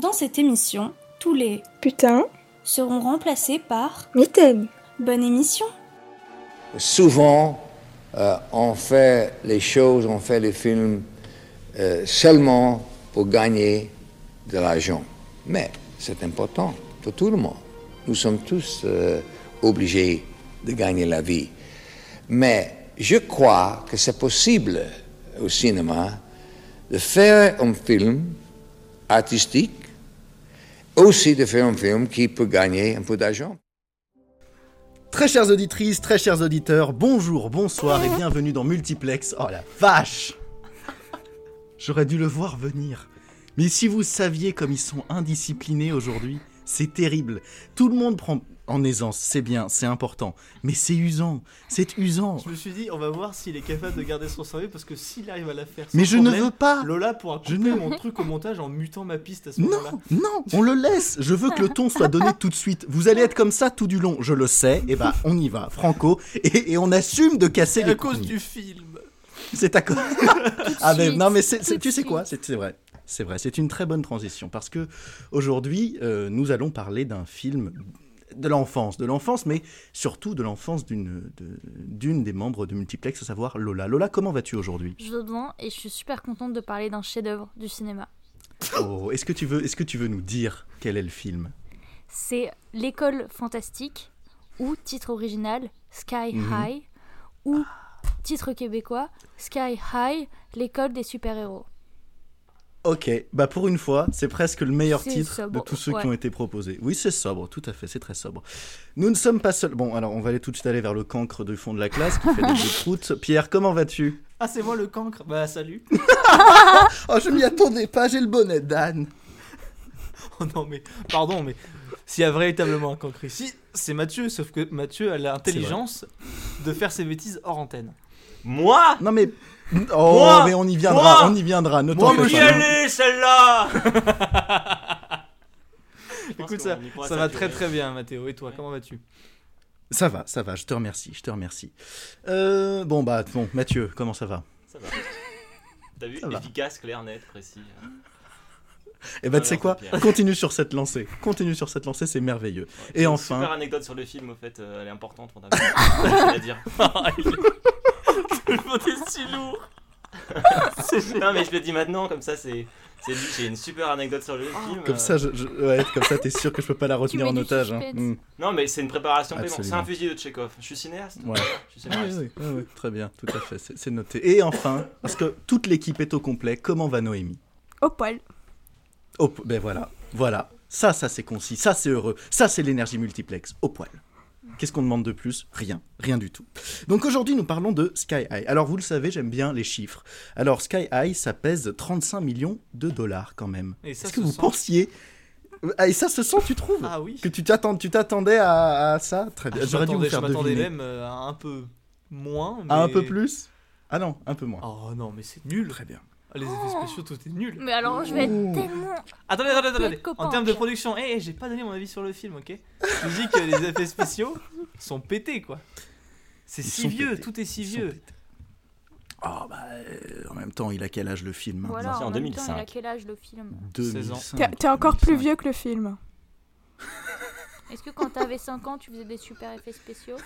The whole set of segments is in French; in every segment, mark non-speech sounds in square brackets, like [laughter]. Dans cette émission, tous les Putain, seront remplacés par mitaine. Bonne émission. souvent, euh, on fait les choses, on fait les films euh, seulement pour gagner de l'argent. Mais c'est important pour tout le monde. Nous sommes tous euh, obligés de gagner la vie. Mais je crois que c'est possible au cinéma de faire un film artistique, aussi de faire un film qui peut gagner un peu d'argent. Très chères auditrices, très chers auditeurs, bonjour, bonsoir et bienvenue dans Multiplex. Oh la vache J'aurais dû le voir venir. Mais si vous saviez comme ils sont indisciplinés aujourd'hui, c'est terrible. Tout le monde prend en aisance, c'est bien, c'est important. Mais c'est usant, c'est usant. Je me suis dit, on va voir s'il est capable de garder son sérieux parce que s'il arrive à la faire. sans Mais je ne problème, veux pas Lola pourra couper Je ne- mon truc au montage en mutant ma piste à ce Non, moment-là. non, on le laisse. Je veux que le ton soit donné tout de suite. Vous allez être comme ça tout du long, je le sais. Et bah, on y va, Franco. Et, et on assume de casser C'est à les cause couilles. du film. C'est à cause. [laughs] ah mais suite, non mais c'est, tout c'est- de tu sais suite. quoi c'est, c'est vrai. C'est vrai, c'est une très bonne transition parce que aujourd'hui euh, nous allons parler d'un film de l'enfance, de l'enfance, mais surtout de l'enfance d'une, de- d'une des membres de Multiplex, à savoir Lola. Lola, comment vas-tu aujourd'hui Je vais bien et je suis super contente de parler d'un chef-d'œuvre du cinéma. Oh, est-ce que tu veux, est-ce que tu veux nous dire quel est le film C'est L'école fantastique ou titre original Sky Mhm. High ou titre québécois Sky High, l'école des super-héros. Ok, bah pour une fois, c'est presque le meilleur C'est titre de sobre, tous ceux ouais. qui ont été proposés. Oui, c'est sobre, tout à fait, c'est très sobre. Nous ne sommes pas seuls. Bon, alors on va aller tout de suite aller vers le cancre du fond de la classe qui fait des jeux de croûte. Pierre, comment vas-tu Ah, c'est moi le cancre Bah, salut. [laughs] Oh, je m'y attendais pas, j'ai le bonnet d'âne. Oh non, mais pardon, mais s'il y a véritablement un cancre ici, c'est Mathieu. Sauf que Mathieu a l'intelligence de faire ses bêtises hors antenne. Moi Non mais oh Moi mais on y viendra, Moi on y viendra, ne Moi, t'en fais mais j'y pas. allais, celle-là Écoute, ça, ça va très très bien, Mathéo. Et toi, comment vas-tu Ça va, ça va, je te remercie, je te remercie. Euh, bon bah bon, Mathieu, comment ça va Ça va. [laughs] T'as vu Ça va. Efficace, clair, net, précis. Eh ben tu sais quoi Alors, Pierre. Continue sur cette lancée. Continue sur cette lancée, c'est merveilleux. Et J'ai une enfin- Super anecdote sur le film, au fait, euh, elle est importante. [laughs] On a à dire. Ah, je le si [laughs] lourd Non, mais je le dis maintenant, comme ça, c'est. c'est dit. J'ai une super anecdote sur le film. Ah, Comme euh, ça, je, je- ouais, comme ça, t'es sûr que je peux pas la retenir mets en du otage. hein. suspense. Mm. Non, mais c'est une préparation paiement. C'est Absolument. un fusil de Tchekhov. Je suis cinéaste. Ouais. Je suis Ah scénariste. Ah oui, oui, oui. Très bien, tout à fait, c'est c'est noté. Et enfin, parce que toute l'équipe est au complet, comment va Noémie Au poil. Hop, ben voilà, voilà. Ça, ça c'est concis, ça c'est heureux, ça c'est l'énergie multiplex, au poil. Qu'est-ce qu'on demande de plus Rien, rien du tout. Donc aujourd'hui, nous parlons de Sky High. Alors vous le savez, j'aime bien les chiffres. Alors Sky High, ça pèse 35 millions de dollars quand même. Et ça Est-ce que se vous sent. pensiez Ah, et ça se sent, tu trouves Ah oui. Que tu t'attends- tu t'attendais à, à ça Très bien. Ah, je J'aurais dû vous m'attendais- je faire m'attendais deviner. même euh, à un peu moins. À un mais- peu plus Ah non, un peu moins. Oh non, mais c'est nul. Très bien. Ah, Les effets spéciaux, tout est nul. Mais alors je vais être tellement... Attendez, attendez, attendez. Quel copain, En termes de Pierre. production, hé, hé, j'ai pas donné mon avis sur le film, ok Je dis que les effets spéciaux sont pétés, quoi. C'est Ils si sont vieux, pétés. tout est si Ils sont vieux. pétés. Oh bah, euh, en même temps, il a quel âge le film hein maintenant Voilà, c'est en, en même temps, il a 2005. quel âge le film 2005. T'es t'es encore plus 2005. vieux que le film. Est-ce que quand t'avais 5 ans, tu faisais des super effets spéciaux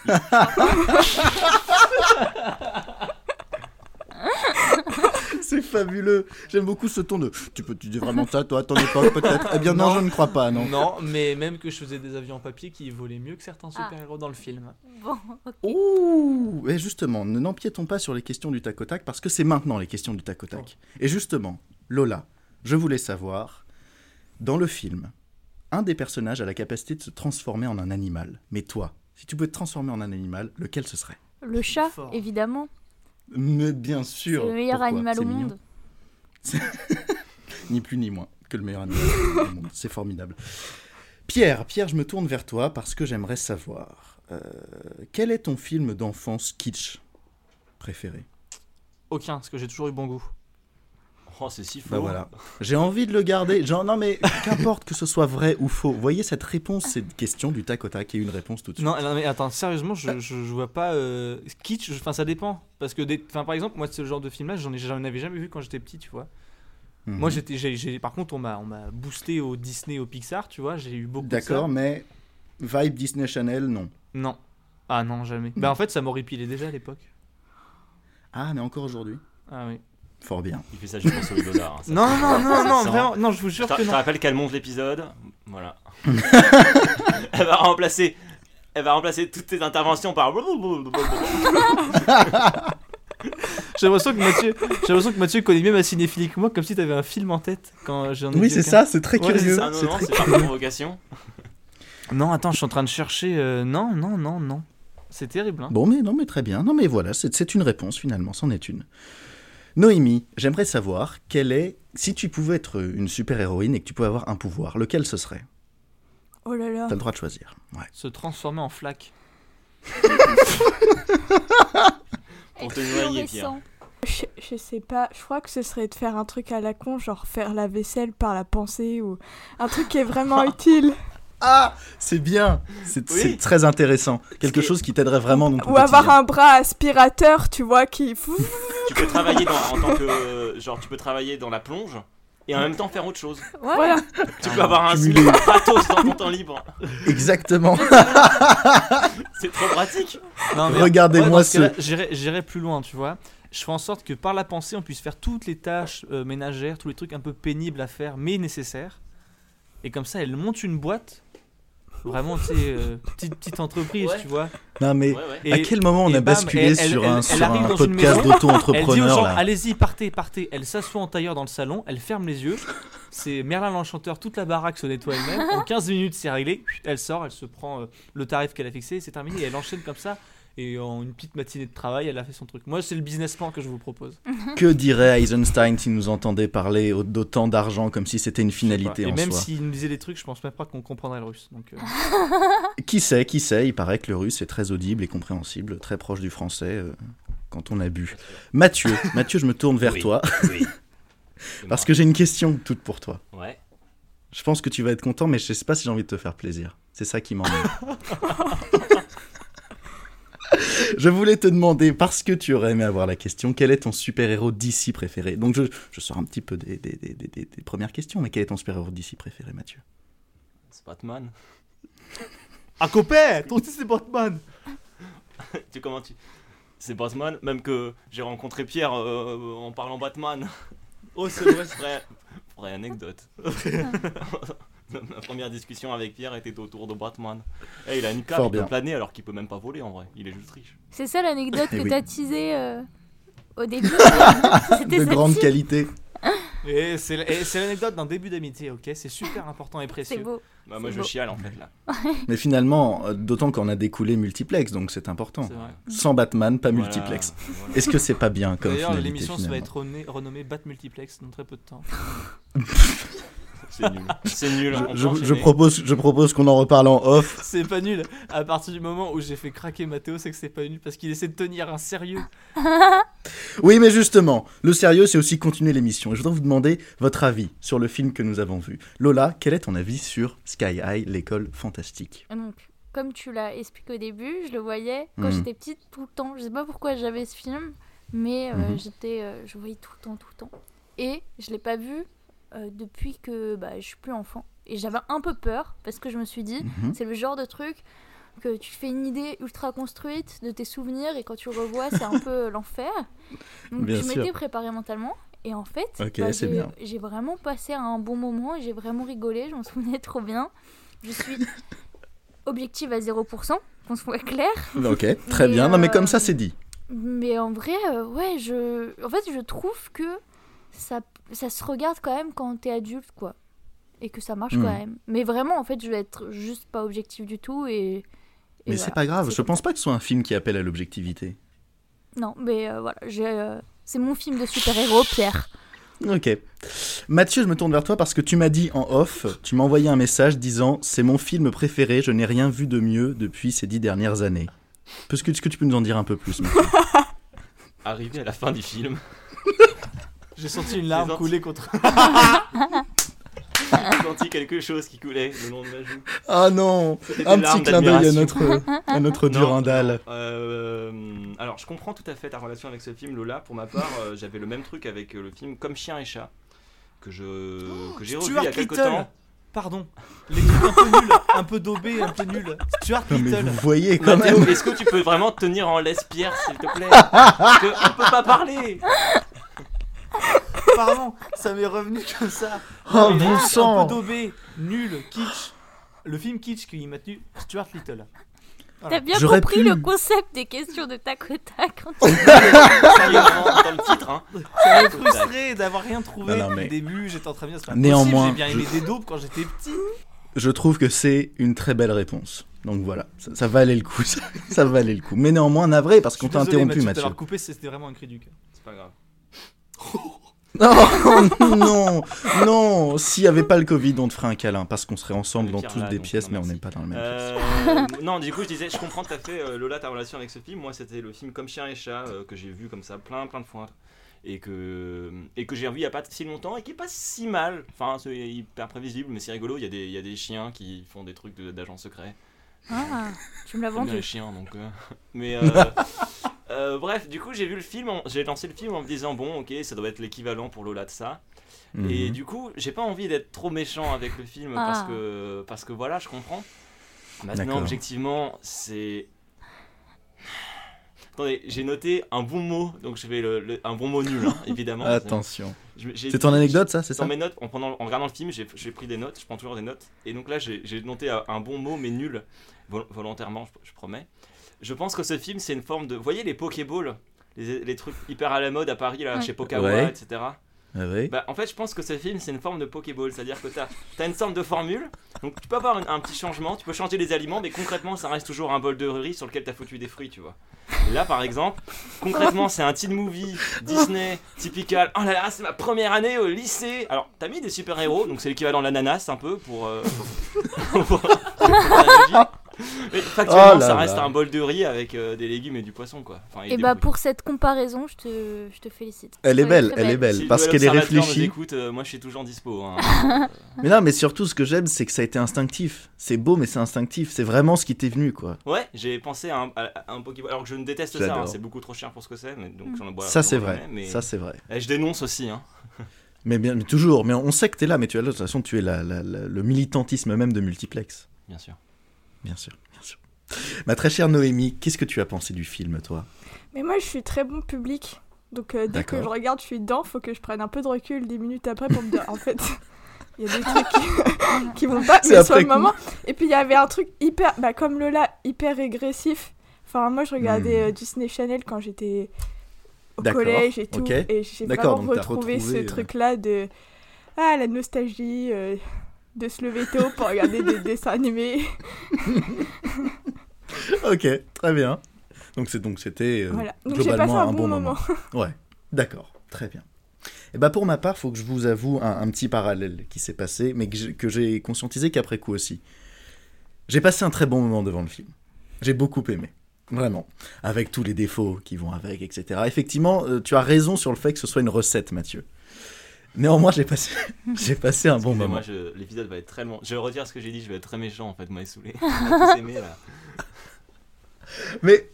C'est fabuleux. J'aime beaucoup ce ton de. Tu peux, tu dis vraiment ça, toi, à ton époque, peut-être. Eh bien non, Non. je ne crois pas, non. Non, mais même que je faisais des avions en papier qui volaient mieux que certains Ah. super-héros dans le film. Bon, Ouh Et justement, ne n'empiétons pas sur les questions du tac au tac parce que c'est maintenant les questions du tac au tac. Et justement, Lola, je voulais savoir, dans le film, un des personnages a la capacité de se transformer en un animal. Mais toi, si tu pouvais te transformer en un animal, lequel ce serait le chat, Fort. évidemment, Mais bien c'est sûr. le meilleur Pourquoi animal au C'est mignon. monde. ni plus ni moins que le meilleur animal du monde. C'est formidable. Pierre, Pierre, je me tourne vers toi parce que j'aimerais savoir euh, quel est ton film d'enfance kitsch préféré. Aucun, parce que j'ai toujours eu bon goût. Oh, c'est si fou. Bah voilà. J'ai envie de le garder. Genre, non mais qu'importe que ce soit vrai ou faux. Vous voyez cette réponse, cette question du tac au tac et une réponse tout de suite. Non, non, mais attends, sérieusement, je, je, je vois pas. euh, kitsch, enfin, ça dépend. Parce que, des, enfin, par exemple, moi, ce genre de film-là, j'en ai- j'en avais jamais vu quand j'étais petit, tu vois. Mhm. Moi, j'étais, j'ai, j'ai- par contre, on m'a, on m'a boosté au Disney, au Pixar, tu vois, j'ai eu beaucoup de ça. D'accord, mais vibe Disney Channel, non. Non. Ah non, jamais. Bah en fait, ça m'aurait pilé déjà à l'époque. Ah, mais encore aujourd'hui. Ah oui. Fort bien. Il fait ça juste pour sauver le dollar. hein, ça. Non, non, non, non, Sans- vraiment, non, je vous Je jure te, que je te non. rappelle qu'elle monte l'épisode. [laughs] Voilà. [laughs] elle va remplacer. Elle va remplacer toutes tes interventions par. J'ai l'impression que Mathieu, j'ai l'impression que Mathieu connaît mieux ma cinéphilie que moi, comme si t'avais un film en tête quand j'en ai Oui, dit c'est aucun. ça, c'est très Ouais, c'est curieux. Ah non, c'est non, très- c'est par provocation. Non, attends, je suis en train de chercher. euh, non, non, non, non. C'est terrible. Hein. Bon, mais non, mais très bien. Non, mais voilà, c'est c'est une réponse finalement, c'en est une. Noémie, j'aimerais savoir quelle est, si tu pouvais être une super-héroïne et que tu pouvais avoir un pouvoir, lequel ce serait Oh là là. T'as le droit de choisir. Ouais. Se transformer en flaque. Pour te noyer, hein. Pierre. Je, je sais pas, je crois que ce serait de faire un truc à la con, genre faire la vaisselle par la pensée ou un truc qui [laughs] est vraiment utile. Ah, c'est bien, c'est Oui. c'est très intéressant. Quelque que- chose qui t'aiderait vraiment dans ton Ou avoir quotidien. un bras aspirateur, tu vois, qui. Fouf, Tu peux travailler dans, en tant [laughs] que. Genre, tu peux travailler dans la plonge et en même temps faire autre chose. voilà. Ah, Tu peux avoir un Cumuler. super gratos dans ton temps libre. [laughs] Exactement. C'est trop pratique. Non, mais- Regardez-moi Ouais, dans ce- cas-là, J'irai j'irai plus loin, tu vois. Je fais en sorte que par la pensée, on puisse faire toutes les tâches euh, ménagères, tous les trucs un peu pénibles à faire, mais nécessaires. Et comme ça, elle monte une boîte. Vraiment, tu sais, euh, petite, petite entreprise, Ouais. tu vois. Non, mais Ouais, ouais. Et à quel moment on et a bam, basculé elle- elle- sur elle- un, elle sur arrive un dans une podcast maison, Elle dit aux d'auto-entrepreneur gens, là allez-y, partez, partez. Elle s'assoit en tailleur dans le salon, elle ferme les yeux. C'est Merlin l'enchanteur, toute la baraque se nettoie elle-même. En 15 minutes, c'est réglé. Elle sort, elle se prend euh, le tarif qu'elle a fixé, c'est terminé. Et elle enchaîne comme ça. Et en une petite matinée de travail, elle a fait son truc. Moi, c'est le business plan que je vous propose. Que dirait Eisenstein s'il nous entendait parler au- d'autant d'argent comme si c'était une finalité Et en même soi s'il nous disait des trucs, je pense même pas qu'on comprendrait le russe. Donc, euh, Qui sait, qui sait, il paraît que le russe est très audible et compréhensible, très proche du français euh, quand on a bu. [laughs] Mathieu, Mathieu, je me tourne vers Oui. toi Oui. parce que j'ai une question toute pour toi. Ouais. Je pense que tu vas être content, mais je sais pas si j'ai envie de te faire plaisir. C'est ça qui m'emmène. [laughs] je voulais te demander, parce que tu aurais aimé avoir la question, quel est ton super-héros d'ici préféré Donc je, je sors un petit peu des, des- des- des- des- des premières questions, mais quel est ton super-héros d'ici préféré, Mathieu C'est Batman. Un copain Toi aussi, c'est Batman Tu comment tu. C'est Batman, même que j'ai rencontré Pierre euh, en parlant Batman. Oh, c'est vrai, c'est vrai. [laughs] Vraie [laughs] anecdote. Ma première discussion avec Pierre était autour de Batman. Eh, il a une cape, Fort il peut bien. planer alors qu'il peut même pas voler en vrai. Il est juste riche. C'est ça l'anecdote Eh que oui. t'as teasée euh, [laughs] au début. C'était De grande celle-ci. qualité. Et c'est et c'est l'anecdote d'un début d'amitié, ok C'est super important et C'est précieux. beau. Bah, moi, C'est je beau. chiale en fait là. Mais finalement, euh, d'autant qu'on a découlé multiplex, donc c'est important. C'est vrai. Sans Batman, pas Voilà. multiplex. Voilà. Est-ce que c'est pas bien comme D'ailleurs, finalité l'émission ça va finalement être renommée, renommée Bat Multiplex dans très peu de temps. C'est nul. C'est nul. on peut Je, je enchaîner. propose, je propose qu'on en reparle en off. [laughs] C'est pas nul. À partir du moment où j'ai fait craquer Mathéo, c'est que c'est pas nul parce qu'il essaie de tenir un sérieux. Oui, mais justement, le sérieux, c'est aussi continuer l'émission. Et je voudrais vous demander votre avis sur le film que nous avons vu. Lola, quel est ton avis sur Sky High, l'école fantastique Donc, comme tu l'as expliqué au début, je le voyais quand Mhm. j'étais petite tout le temps. Je sais pas pourquoi j'avais ce film, mais euh, Mhm. j'étais, euh, je le voyais tout le temps, tout le temps. Et je l'ai pas vu euh, depuis que bah, je suis plus enfant. Et j'avais un peu peur parce que je me suis dit, Mhm. c'est le genre de truc que tu fais une idée ultra construite de tes souvenirs et quand tu le revois, [laughs] c'est un peu l'enfer. Donc Bien je sûr. m'étais préparée mentalement et en fait, Ok, bah, c'est j'ai- bien. j'ai vraiment passé un bon moment et j'ai vraiment rigolé, je m'en souvenais trop bien. Je suis [laughs] objective à 0%, qu'on soit clair. Ok, très Mais, bien. Non, mais euh, comme ça, c'est dit. Mais en vrai, euh, ouais, je. En fait, je trouve que ça, ça se regarde quand même quand t'es adulte, quoi. Et que ça marche Mm. quand même. Mais vraiment, en fait, je vais être juste pas objective du tout et. et Mais voilà. c'est pas grave, je comme pense pas que ce soit un film qui appelle à l'objectivité. ça. Non, mais euh, voilà, j'ai, euh, c'est mon film de super-héros, Pierre. Ok. Mathieu, je me tourne vers toi parce que tu m'as dit en off, tu m'as envoyé un message disant C'est mon film préféré, je n'ai rien vu de mieux depuis ces dix dernières années. Parce que- Est-ce que tu peux nous en dire un peu plus Mathieu Arrivé à la fin du [laughs] film. J'ai senti une C'est larme gentil. couler contre. J'ai senti quelque chose qui coulait le long de ma joue. [laughs] Ah non C'était des Un petit larmes clin d'œil à d'admiration. notre, à notre Non, Durandal. Euh, alors, je comprends tout à fait ta relation avec ce film, Lola. Pour ma part, euh, j'avais le même truc avec euh, le film Comme chien et chat. que je que j'ai revu Oh, Stuart il y a quelque Little temps. Pardon, les trucs un peu nuls, un peu daubés, un peu nuls. Stuart Non, mais Little. vous voyez quand Mathéo, même. est-ce que tu peux vraiment te tenir en laisse Pierre, s'il te [laughs] plaît Parce que on peut pas parler Pardon, ça m'est revenu comme ça. [laughs] Oh bon Les trucs Un peu sang daubé, nul, kitsch. Le film kitsch qui m'a tenu, Stuart Little. [laughs] T'as bien J'aurais compris pu. le concept des questions de tac au tac. quand tu- Sérieusement, dans le titre, hein Ça m'a frustré d'avoir rien trouvé Non, non, mais- au début. J'étais en train de me dire, c'est pas Néanmoins, possible, J'ai bien aimé je- des daubes quand j'étais petit. Je trouve que c'est une très belle réponse. Donc voilà, ça, ça valait le coup. [laughs] Ça, ça valait le coup. Mais néanmoins, navré parce qu'on t'a interrompu, Mathieu. Alors coupé, c'était vraiment un cri du cœur. C'est pas grave. [laughs] Non, Oh, non, non. S'il n'y avait pas le Covid, on te ferait un câlin parce qu'on serait ensemble dans On est pire toutes là, des donc, pièces, non, mais on merci. n'est pas dans le même. Euh, non, du coup, je disais, je comprends tout à fait, euh, Lola, ta relation avec ce film. Moi, c'était le film Comme Chien et Chat euh, que j'ai vu comme ça plein, plein de fois. Et que, et que j'ai revu il n'y a pas si longtemps et qui est pas si mal. Enfin, c'est hyper prévisible, mais c'est rigolo. Il y, a des- il y a des chiens qui font des trucs de- d'agents secrets. [laughs] Ah, tu me l'as J'aime bien vendu. les chiens, donc. euh, [laughs] Mais euh, euh, bref, du coup, j'ai vu le film, en- j'ai lancé le film en me disant bon, ok, ça doit être l'équivalent pour Lola de ça. Mhm. Et du coup, j'ai pas envie d'être trop méchant avec le film Ah. parce que parce que voilà, je comprends. Maintenant, D'accord. objectivement, c'est. Attendez, j'ai noté un bon mot, donc je vais le, le- un bon mot [laughs] nul, hein, évidemment. Attention. Je- j'ai- C'est ton anecdote, ça, c'est dans ça mes notes, en, pendant- en regardant le film, j'ai j'ai pris des notes, je prends toujours des notes. Et donc là, j'ai j'ai noté euh, un bon mot, mais nul, Vol- volontairement, je, je promets. Je pense que ce film, c'est une forme de. Vous voyez les Pokéballs les, les trucs hyper à la mode à Paris, là, Ouais. chez Pokawa, Ouais. etc. Ah oui. Bah, en fait, je pense que ce film, c'est une forme de Pokéball, c'est-à-dire que t'as as une sorte de formule, donc tu peux avoir une- un petit changement, tu peux changer les aliments, mais concrètement, ça reste toujours un bol de riz sur lequel t'as foutu des fruits, tu vois. Et là, par exemple, concrètement, c'est un teen movie Disney typical. Oh là là, c'est ma première année au lycée. Alors, t'as mis des super héros, donc c'est l'équivalent de l'ananas un peu pour. euh, [laughs] pour- pour l'analogie. Mais factuellement, Oh là ça là. reste un bol de riz avec euh, des légumes et du poisson, quoi. Enfin, Et des bah fruits. pour cette comparaison, je te, je te félicite. Elle est Ouais, belle, très elle est Si belle, le parce Nouvel qu'elle est Observateur nous réfléchie. écoute, euh, moi, je suis toujours dispo. hein. Mais non, mais surtout, ce que j'aime, c'est que ça a été instinctif. C'est beau, mais c'est instinctif. C'est vraiment ce qui t'est venu, quoi. Ouais, j'ai pensé à un, à- à un Pokéball. Alors que je ne déteste ça, J'adore. hein, c'est beaucoup trop cher pour ce que c'est, mais donc Mm. j'en bois. ça, j'en c'est bois vrai. jamais, Mais Ça, c'est vrai. Eh, je dénonce aussi. Hein. Mais bien, mais toujours. Mais on sait que t'es là, mais tu as de toute façon, tu es la- la- la- le militantisme même de multiplex. Bien sûr. Bien sûr, bien sûr. Ma très chère Noémie, qu'est-ce que tu as pensé du film, toi Mais moi, je suis très bon public. Donc, euh, dès que D'accord. je regarde, je suis dedans. Faut que je prenne un peu de recul 10 minutes après pour me dire, en fait, [laughs] il y a des trucs qui [laughs] vont pas, C'est mais sur après le coup. moment. Et puis, il y avait un truc hyper, bah, comme Lola, hyper régressif. Enfin, moi, je regardais Hmm. euh, Disney Channel quand j'étais au D'accord, collège et tout. ok. Et j'ai D'accord, vraiment donc t'as retrouvé, ce retrouvé, euh, truc-là de. Ah, la nostalgie. euh, de se lever tôt pour [laughs] regarder des dessins animés. [laughs] Ok, très bien. Donc c'est donc c'était euh, Voilà. Donc, j'ai globalement passé un un bon bon moment. [laughs] Ouais, d'accord, très bien. Et bah pour ma part, faut que je vous avoue un, un petit parallèle qui s'est passé, mais que j'ai- que j'ai conscientisé qu'après coup aussi. J'ai passé un très bon moment devant le film. J'ai beaucoup aimé, vraiment, avec tous les défauts qui vont avec, etc. Effectivement, euh, tu as raison sur le fait que ce soit une recette, Mathieu. Néanmoins, j'ai passé, [laughs] j'ai passé un bon bah, moment. moi, l'épisode va être très long. Je retire ce que j'ai dit, je vais être très méchant en fait, moi, saoulé. On va tous aimer, là. Mais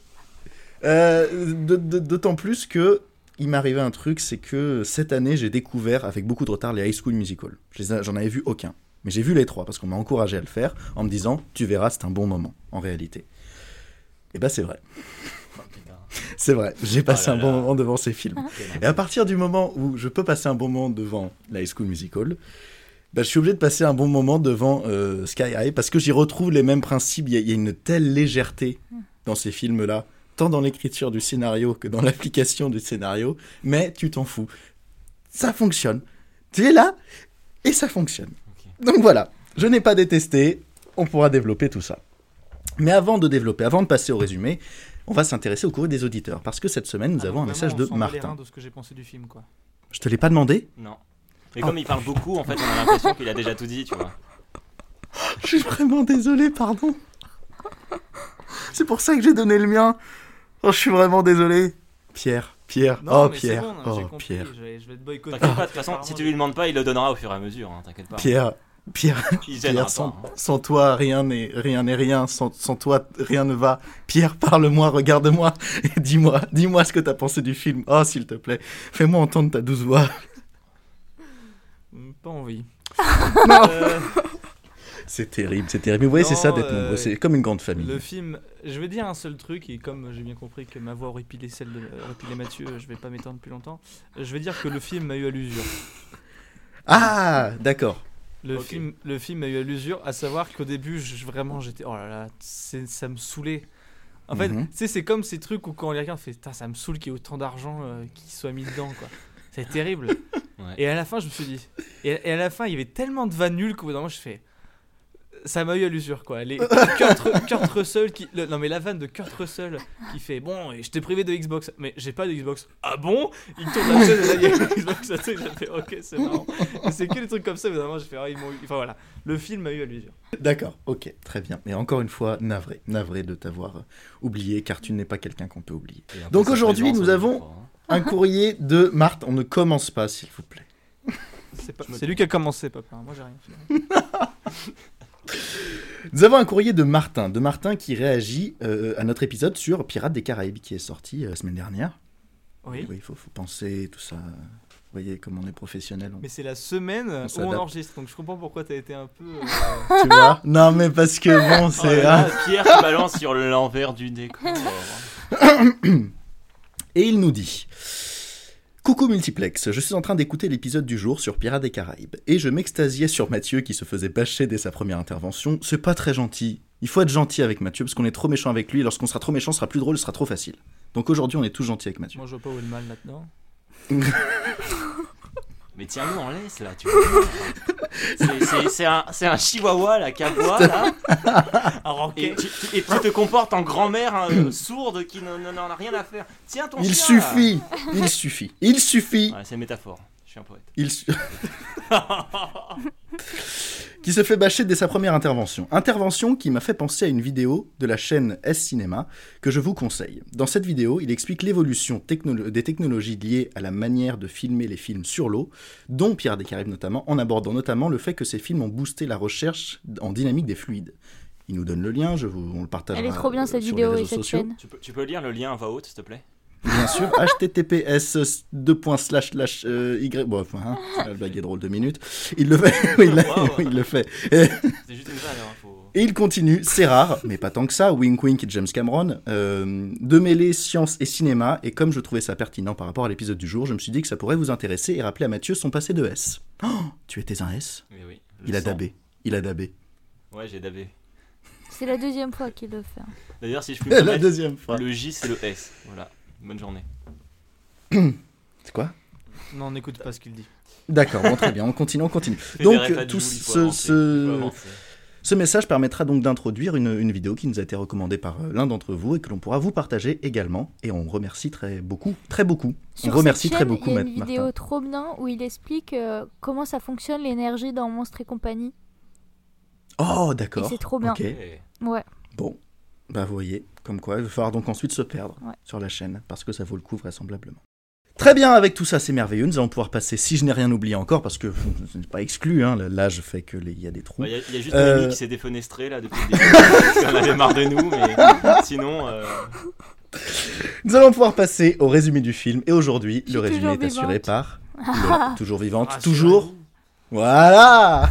euh, de- de- d'autant plus que il m'arrivait un truc, c'est que cette année j'ai découvert avec beaucoup de retard les High School Musical. Je les a- J'en avais vu aucun, mais j'ai vu les trois parce qu'on m'a encouragé à le faire en me disant tu verras c'est un bon moment en réalité. Et ben c'est vrai, Oh, putain. Oh c'est vrai. J'ai passé là un bon là. moment devant ces films. Et à partir du moment où je peux passer un bon moment devant l'High School Musical, bah, je suis obligé de passer un bon moment devant euh, Sky High parce que j'y retrouve les mêmes principes. Il y, a- il y a une telle légèreté dans ces films-là, tant dans l'écriture du scénario que dans [laughs] l'application du scénario, mais tu t'en fous. Ça fonctionne. Tu es là et ça fonctionne. Donc voilà, je n'ai pas détesté, on pourra développer tout ça. Mais avant de développer, avant de passer au résumé, on va s'intéresser au courrier des auditeurs parce que cette semaine, nous Ah, avons donc un vraiment, message on de s'en bat les Martin. reins de ce que j'ai pensé du film, quoi. Je te l'ai pas demandé Non. Mais Oh. comme il parle beaucoup, en fait, on a l'impression qu'il a déjà tout dit, tu vois. Je suis vraiment désolé, pardon. C'est pour ça que j'ai donné le mien. Oh, je suis vraiment désolé. Pierre, Pierre, Non, oh mais c'est Pierre, bon, j'ai oh compris, Pierre, Je vais, je vais te boycotter. T'inquiète pas, de toute façon, si tu lui demandes pas, il le donnera au fur et à mesure, hein, t'inquiète pas. Pierre, Pierre, Il se Pierre, gênera pas, sans, hein. sans toi rien n'est rien n'est rien, sans, sans toi rien ne va. Pierre, parle-moi, regarde-moi et dis-moi, dis-moi ce que t'as pensé du film. Oh, s'il te plaît, fais-moi entendre ta douce voix. Mm, pas envie. Non. Euh, C'est terrible, c'est terrible. Mais vous voyez, c'est Non, ça d'être euh, nombreux. C'est comme une grande famille. le film, je vais dire un seul truc, et comme j'ai bien compris que ma voix aurait pilé celle de aurait pilé Mathieu, je vais pas m'étendre plus longtemps. Je vais dire que le film m'a eu à l'usure. Ah, d'accord. Le, Ok. film, le film a eu à l'usure, à savoir qu'au début, je, vraiment, j'étais. Oh là là, c'est- ça me saoulait. En fait, Mhm. tu sais, c'est comme ces trucs où quand on les regarde, on fait Putain, ça me saoule qu'il y ait autant d'argent euh, qui soit mis dedans, quoi. C'est terrible. [laughs] Ouais. Et à la fin, je me suis dit. Et, et à la fin, il y avait tellement de vannes nulles qu'au bout d'un moment, je fais. Ça m'a eu à l'usure, quoi. Les, Kurt, Ru- Kurt Russell qui. le- non, mais la vanne de Kurt Russell qui fait Bon, et je t'ai privé de Xbox, mais j'ai pas de Xbox. Ah bon Il tourne la chaîne et là, il y a une Xbox. Ça, tu sais, j'ai fait Ok, c'est marrant. Et c'est que des trucs comme ça, évidemment, j'ai fait Ah, ils m'ont eu. Enfin voilà, le film a eu à l'usure. D'accord, ok, très bien. Et encore une fois, navré. Navré de t'avoir euh, oublié, car tu n'es pas quelqu'un qu'on peut [laughs] oublier. Et un peu Donc sa aujourd'hui, présence, nous on est avons- fort, hein. Un courrier de Marthe, on ne commence pas, s'il vous plaît. C'est pas- Je me- c'est lui qui a commencé, papa. Moi, j'ai rien fait. Nous avons un courrier de Martin, de Martin qui réagit euh, à notre épisode sur Pirates des Caraïbes qui est sorti euh, la semaine dernière. Oui. il faut, faut penser, tout ça. Vous voyez, comme on est professionnel. on- Mais c'est la semaine où on s'adapte. enregistre, donc je comprends pourquoi t'as été un peu. euh, [laughs] Tu vois Non, mais parce que bon, Oh là c'est. là, ah. Pierre qui balance sur l'envers du décor. Et il nous dit Coucou Multiplex, je suis en train d'écouter l'épisode du jour sur Pirates des Caraïbes et je m'extasiais sur Mathieu qui se faisait bâcher dès sa première intervention. C'est pas très gentil. Il faut être gentil avec Mathieu parce qu'on est trop méchant avec lui et lorsqu'on sera trop méchant, ce sera plus drôle, ce sera trop facile. Donc aujourd'hui, on est tous gentils avec Mathieu. Moi, je vois pas où est le mal là-dedans. Mais tiens-nous en laisse là, tu vois. C'est- c'est- C'est un, c'est un chihuahua là, qui aboie [laughs] là. Et tu, tu- et tu te comportes en grand-mère hein, sourde qui n'en n'en a rien à faire. Tiens ton Il chien, là. suffit Il suffit Il suffit Ouais, c'est une métaphore. Je suis un poète. Il su- [laughs] qui se fait bâcher dès sa première intervention. Intervention qui m'a fait penser à une vidéo de la chaîne S Cinéma que je vous conseille. Dans cette vidéo, il explique l'évolution technolo- des technologies liées à la manière de filmer les films sur l'eau, dont Pierre des Caraïbes notamment, en abordant notamment le fait que ces films ont boosté la recherche en dynamique des fluides. Il nous donne le lien, je vous, on le partage. Elle est trop bien cette Euh, sur vidéo les et réseaux cette sociaux. chaîne. Tu peux, tu peux lire le lien à voix haute, s'il te plaît Bien sûr, https deux points slash slash euh, y. Bon, enfin, hein, la blague est drôle deux minutes. Il le fait. [laughs] oui, il, l'a- Wow. oui, il le fait. C'est juste une vanne, hein, faut... Et il continue, c'est rare, mais pas tant que ça, wink wink James Cameron, euh, de mêler science et cinéma, et comme je trouvais ça pertinent par rapport à l'épisode du jour, je me suis dit que ça pourrait vous intéresser et rappeler à Mathieu son passé de S. Oh, tu étais un S Mais oui, je Il a le sens. dabé. Il a dabé. Ouais, j'ai dabé. C'est la deuxième fois qu'il le fait. hein. [laughs] D'ailleurs, si je puis me La permettre, deuxième fois. le J c'est le S. Voilà. Bonne journée. C'est quoi Non, on n'écoute pas ce qu'il dit. D'accord, bon, très bien, on continue, on continue. Fais Donc, des rêves à tout Doudou, il faut ce- avancer, ce- il faut avancer. Ce message permettra donc d'introduire une, une vidéo qui nous a été recommandée par euh, l'un d'entre vous et que l'on pourra vous partager également. Et on remercie très beaucoup, très beaucoup. Sur on remercie cette très chaîne, beaucoup, Il y a Matt une vidéo Martin. trop bien où il explique euh, comment ça fonctionne l'énergie dans Monstres et compagnie. Oh, Et d'accord. c'est trop bien. Ok. Eh, Ouais. Bon, bah vous voyez, comme quoi, il va falloir donc ensuite se perdre Ouais. sur la chaîne, parce que ça vaut le coup vraisemblablement. Très bien, avec tout ça, c'est merveilleux. Nous allons pouvoir passer, si je n'ai rien oublié encore, parce que [laughs] pff, ce n'est pas exclu, hein, l'âge fait que les- il y a des trous. Il Bah, y, a- y a juste Euh. Mimi qui s'est défenestrée là depuis le début. parce qu'on avait marre de nous, mais sinon. euh, Nous allons pouvoir passer au résumé du film, et aujourd'hui, le Je suis résumé toujours est assuré vivante. [laughs] par. Lola, toujours vivante, Rassurez-vous. toujours. Voilà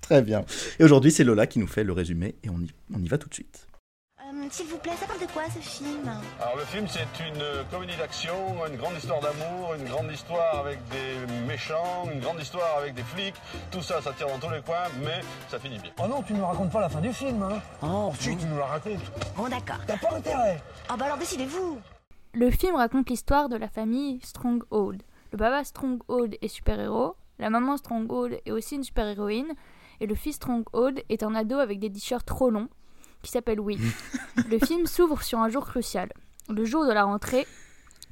Très bien. Et aujourd'hui, c'est Lola qui nous fait le résumé, et on y, on y va tout de suite. Euh, S'il vous plaît, ça parle de quoi ce film Alors le film c'est une euh, comédie d'action, une grande histoire d'amour, une grande histoire avec des méchants, une grande histoire avec des flics, tout ça ça tire dans tous les coins mais ça finit bien. Oh non, tu ne me racontes pas la fin du film, hein Oh, si, tu nous la racontes. Bon d'accord. T'as pas intérêt Oh bah alors décidez-vous Le film raconte l'histoire de la famille Stronghold. Le papa Stronghold est super-héros, la maman Stronghold est aussi une super-héroïne, et le fils Stronghold est un ado avec des t-shirts trop longs qui s'appelle Will. Mm. [laughs] le film s'ouvre sur un jour crucial, le jour de la rentrée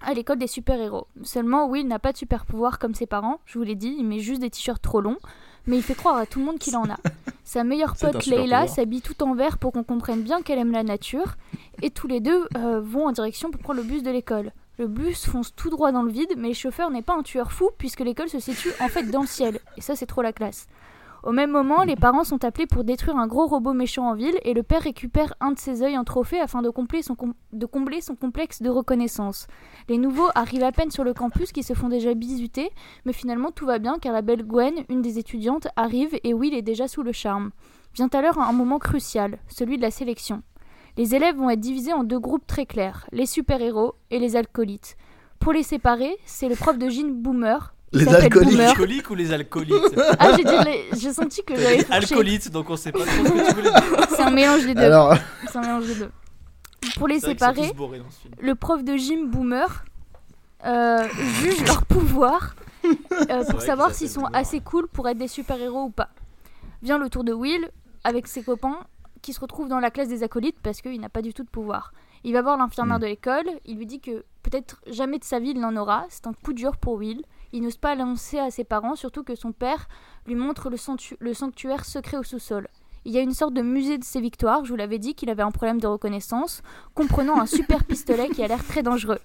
à l'école des super-héros. Seulement, Will n'a pas de super-pouvoir comme ses parents, je vous l'ai dit, il met juste des t-shirts trop longs, mais il fait croire à tout le monde [laughs] qu'il en a. Sa meilleure C'est un pote super-pouvoir. Leila s'habille tout en vert pour qu'on comprenne bien qu'elle aime la nature, et tous les deux euh, vont en direction pour prendre le bus de l'école. Le bus fonce tout droit dans le vide, mais le chauffeur n'est pas un tueur fou puisque l'école se situe en fait dans le ciel. Et ça, c'est trop la classe. Au même moment, les parents sont appelés pour détruire un gros robot méchant en ville et le père récupère un de ses œils en trophée afin de combler son, com- de combler son complexe de reconnaissance. Les nouveaux arrivent à peine sur le campus qui se font déjà bisuter, mais finalement tout va bien car la belle Gwen, une des étudiantes, arrive et Will est déjà sous le charme. Vient alors un moment crucial, celui de la sélection. Les élèves vont être divisés en deux groupes très clairs, les super-héros et les alcoolites. Pour les séparer, c'est le prof de gym Boomer. il Les s'appelle alcooliques. Les Boomer. alcooliques ou [laughs] les alcoolites Ah, j'ai dit les- j'ai senti que T'as j'avais dit fourché. alcoolites, donc on sait pas trop ce que tu voulais dire. C'est un mélange des deux. Alors, C'est un mélange des deux. Pour les C'est vrai qu'ils sont séparer, tous bourrés dans ce film. le prof de gym Boomer euh, juge leur pouvoir euh, pour qu'ils savoir s'appellent s'ils sont Boomer, assez cool pour être des super-héros ou pas. Vient le tour de Will avec ses copains qui se retrouvent dans la classe des acolytes parce qu'il n'a pas du tout de pouvoir. Il va voir l'infirmière de l'école, il lui dit que peut-être jamais de sa vie il n'en aura, c'est un coup dur pour Will. Il n'ose pas l'annoncer à ses parents, surtout que son père lui montre le, sanctu- le sanctuaire secret au sous-sol. Il y a une sorte de musée de ses victoires, je vous l'avais dit qu'il avait un problème de reconnaissance, comprenant un super pistolet qui a l'air très dangereux.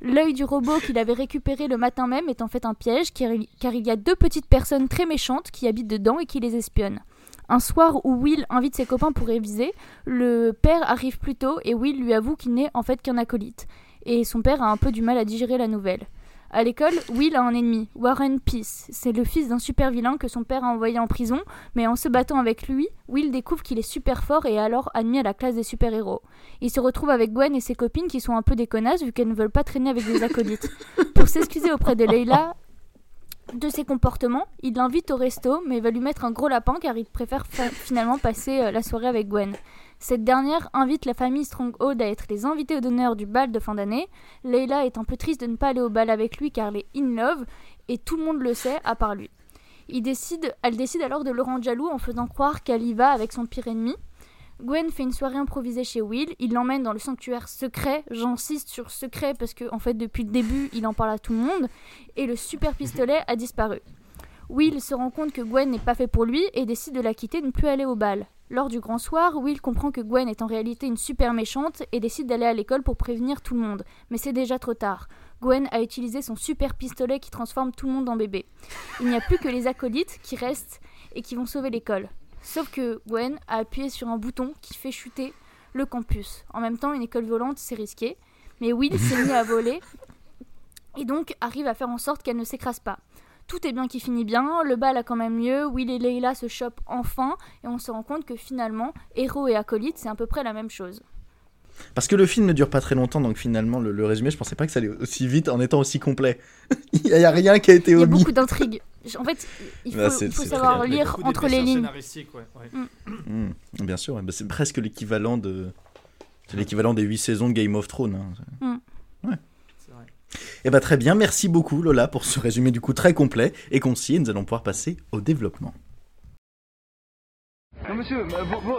L'œil du robot qu'il avait récupéré le matin même est en fait un piège car il, car il y a deux petites personnes très méchantes qui habitent dedans et qui les espionnent. Un soir où Will invite ses copains pour réviser, le père arrive plus tôt et Will lui avoue qu'il n'est en fait qu'un acolyte. Et son père a un peu du mal à digérer la nouvelle. À l'école, Will a un ennemi, Warren Peace. C'est le fils d'un super vilain que son père a envoyé en prison, mais en se battant avec lui, Will découvre qu'il est super fort et est alors admis à la classe des super-héros. Il se retrouve avec Gwen et ses copines qui sont un peu des connasses vu qu'elles ne veulent pas traîner avec des acolytes. Pour s'excuser auprès de Leila de ses comportements, il l'invite au resto mais va lui mettre un gros lapin car il préfère fa- finalement passer euh, la soirée avec Gwen. Cette dernière invite la famille Stronghold à être les invités d'honneur du bal de fin d'année. Leila est un peu triste de ne pas aller au bal avec lui car elle est in love et tout le monde le sait à part lui. Il décide, elle décide alors de le rendre jaloux en faisant croire qu'elle y va avec son pire ennemi. Gwen fait une soirée improvisée chez Will. Il l'emmène dans le sanctuaire secret. J'insiste sur secret parce que, en fait, depuis le début, il en parle à tout le monde. Et le super pistolet a disparu. Will se rend compte que Gwen n'est pas fait pour lui et décide de la quitter, de ne plus aller au bal. Lors du grand soir, Will comprend que Gwen est en réalité une super méchante et décide d'aller à l'école pour prévenir tout le monde. Mais c'est déjà trop tard. Gwen a utilisé son super pistolet qui transforme tout le monde en bébé. Il n'y a plus que les acolytes qui restent et qui vont sauver l'école. Sauf que Gwen a appuyé sur un bouton qui fait chuter le campus. En même temps, une école volante, c'est risqué. Mais Will s'est mis à voler et donc arrive à faire en sorte qu'elle ne s'écrase pas. Tout est bien qui finit bien, le bal a quand même lieu, Will et Leila se chopent enfin et on se rend compte que finalement, héros et acolyte, c'est à peu près la même chose. parce que le film ne dure pas très longtemps, donc finalement, le, le résumé, je pensais pas que ça allait aussi vite en étant aussi complet. [laughs] Il y a rien qui a été Il y a omis. beaucoup d'intrigues. En fait, il faut, Bah, c'est- il faut c'est savoir Il y a lire beaucoup entre d'épaisseur les lignes. scénaristique, ouais, ouais. Hmm, bien sûr, ouais, bah, c'est presque l'équivalent de. C'est l'équivalent des 8 saisons de Game of Thrones. hein. Hmm. C'est vrai. Eh bah, très bien, merci beaucoup Lola pour ce résumé du coup très complet et concis et nous allons pouvoir passer au développement. Non, monsieur, euh,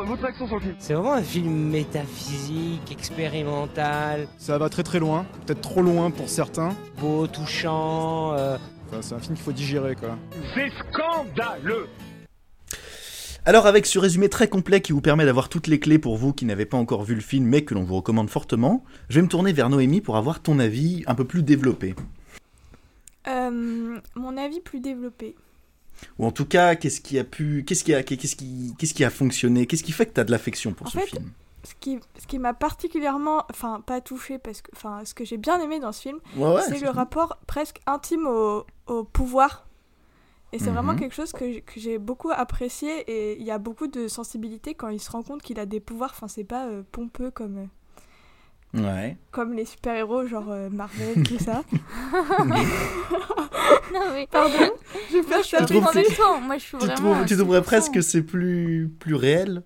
votre accent sur le cul. C'est vraiment un film métaphysique, expérimental, Ça va très très loin, peut-être trop loin pour certains. beau, touchant. [laughs] Enfin, c'est un film qu'il faut digérer, quoi. C'est scandaleux Alors avec ce résumé très complet qui vous permet d'avoir toutes les clés pour vous qui n'avez pas encore vu le film mais que l'on vous recommande fortement, je vais me tourner vers Noémie pour avoir ton avis un peu plus développé. Euh, mon avis plus développé. Ou en tout cas, qu'est-ce qui a pu, qu'est-ce qui a, qu'est-ce qui, qu'est-ce qui a fonctionné, qu'est-ce qui fait que tu as de l'affection pour En ce fait, film Ce qui, ce qui m'a particulièrement, enfin pas touché parce que, enfin ce que j'ai bien aimé dans ce film, Ouais, ouais, c'est le rapport presque intime au, au pouvoir. Et c'est vraiment Mhm. quelque chose que j'ai- que j'ai beaucoup apprécié et il y a beaucoup de sensibilité quand il se rend compte qu'il a des pouvoirs. Enfin, c'est pas euh, pompeux comme, euh, Ouais. comme les super-héros, genre euh, Marvel, tout ça. [laughs] Non, mais Pardon J'ai peur je suis un peu trouves en que- même temps. Moi, je suis Tu vraiment trouves, à tu trouverais 100%. presque que c'est plus, plus réel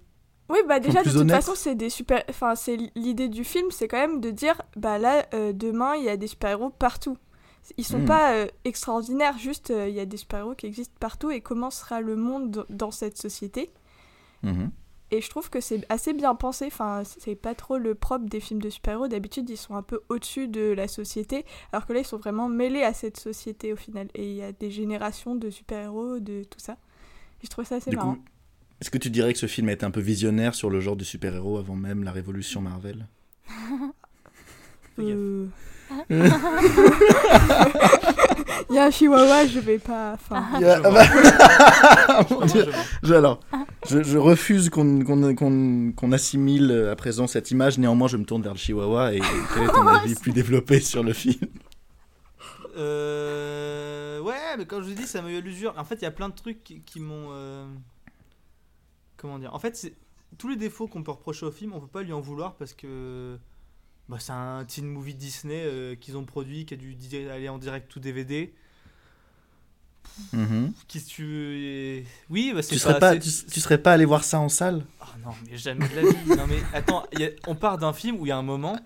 Oui, bah déjà, de plus toute honnêtes. façon, c'est des super. Enfin, c'est l'idée du film, c'est quand même de dire, bah là, euh, demain, il y a des super-héros partout. Ils sont Mm. pas euh, extraordinaires, juste euh, il y a des super-héros qui existent partout et comment sera le monde d- dans cette société. Mhm. Et je trouve que c'est assez bien pensé. Enfin, c'est pas trop le propre des films de super-héros. D'habitude, ils sont un peu au-dessus de la société, alors que là, ils sont vraiment mêlés à cette société au final. Et il y a des générations de super-héros, de tout ça. Et je trouve ça assez Du marrant. coup, est-ce que tu dirais que ce film a été un peu visionnaire sur le genre du super-héros avant même la révolution Marvel Hein Fais gaffe. Euh, [laughs] Il y a un chihuahua, je vais pas. Enfin, Il y a- Je ah vois. bah- Mon Vraiment, Dieu. je vois. Je- alors, je, je refuse qu'on qu'on- qu'on- qu'on assimile euh, à présent cette image. Néanmoins, je me tourne vers le Chihuahua. Et quel est [laughs] ton avis plus développé sur le film Euh... Ouais, mais comme je vous dis, ça m'a eu à l'usure. En fait, il y a plein de trucs qui, qui m'ont. euh, Comment dire En fait, c'est- tous les défauts qu'on peut reprocher au film, on peut pas lui en vouloir parce que. Bah, c'est un teen movie Disney euh, qu'ils ont produit, qui a dû di- aller en direct tout DVD. Mhm. Qui tu. Oui, bah, c'est Tu serais pas, c'est- tu, tu serais pas allé voir ça en salle Ah non, mais jamais de la vie. Non, mais attends, il y a- on part d'un film où il y a un moment,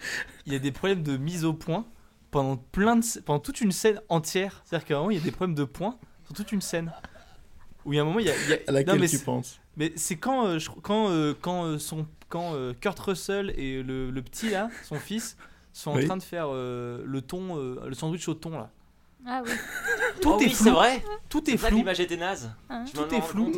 il y a des problèmes de mise au point pendant, plein de, sc- pendant toute une scène entière. C'est-à-dire qu'à un moment, il y a des problèmes de points sur toute une scène. Où il y a un moment, il y a. il y a- À non, laquelle mais tu c'est- penses Mais c'est quand, euh, je- quand, euh, quand, euh, son, quand euh, Kurt Russell et le, le petit là, son fils, sont en Oui. train de faire euh, le thon, euh, le sandwich au thon là. Ah oui. Tout Oh est oui, flou. c'est vrai. Tout est C'est ça que flou. l'image était naze. Hein Je Tout m'en est rends flou. compte.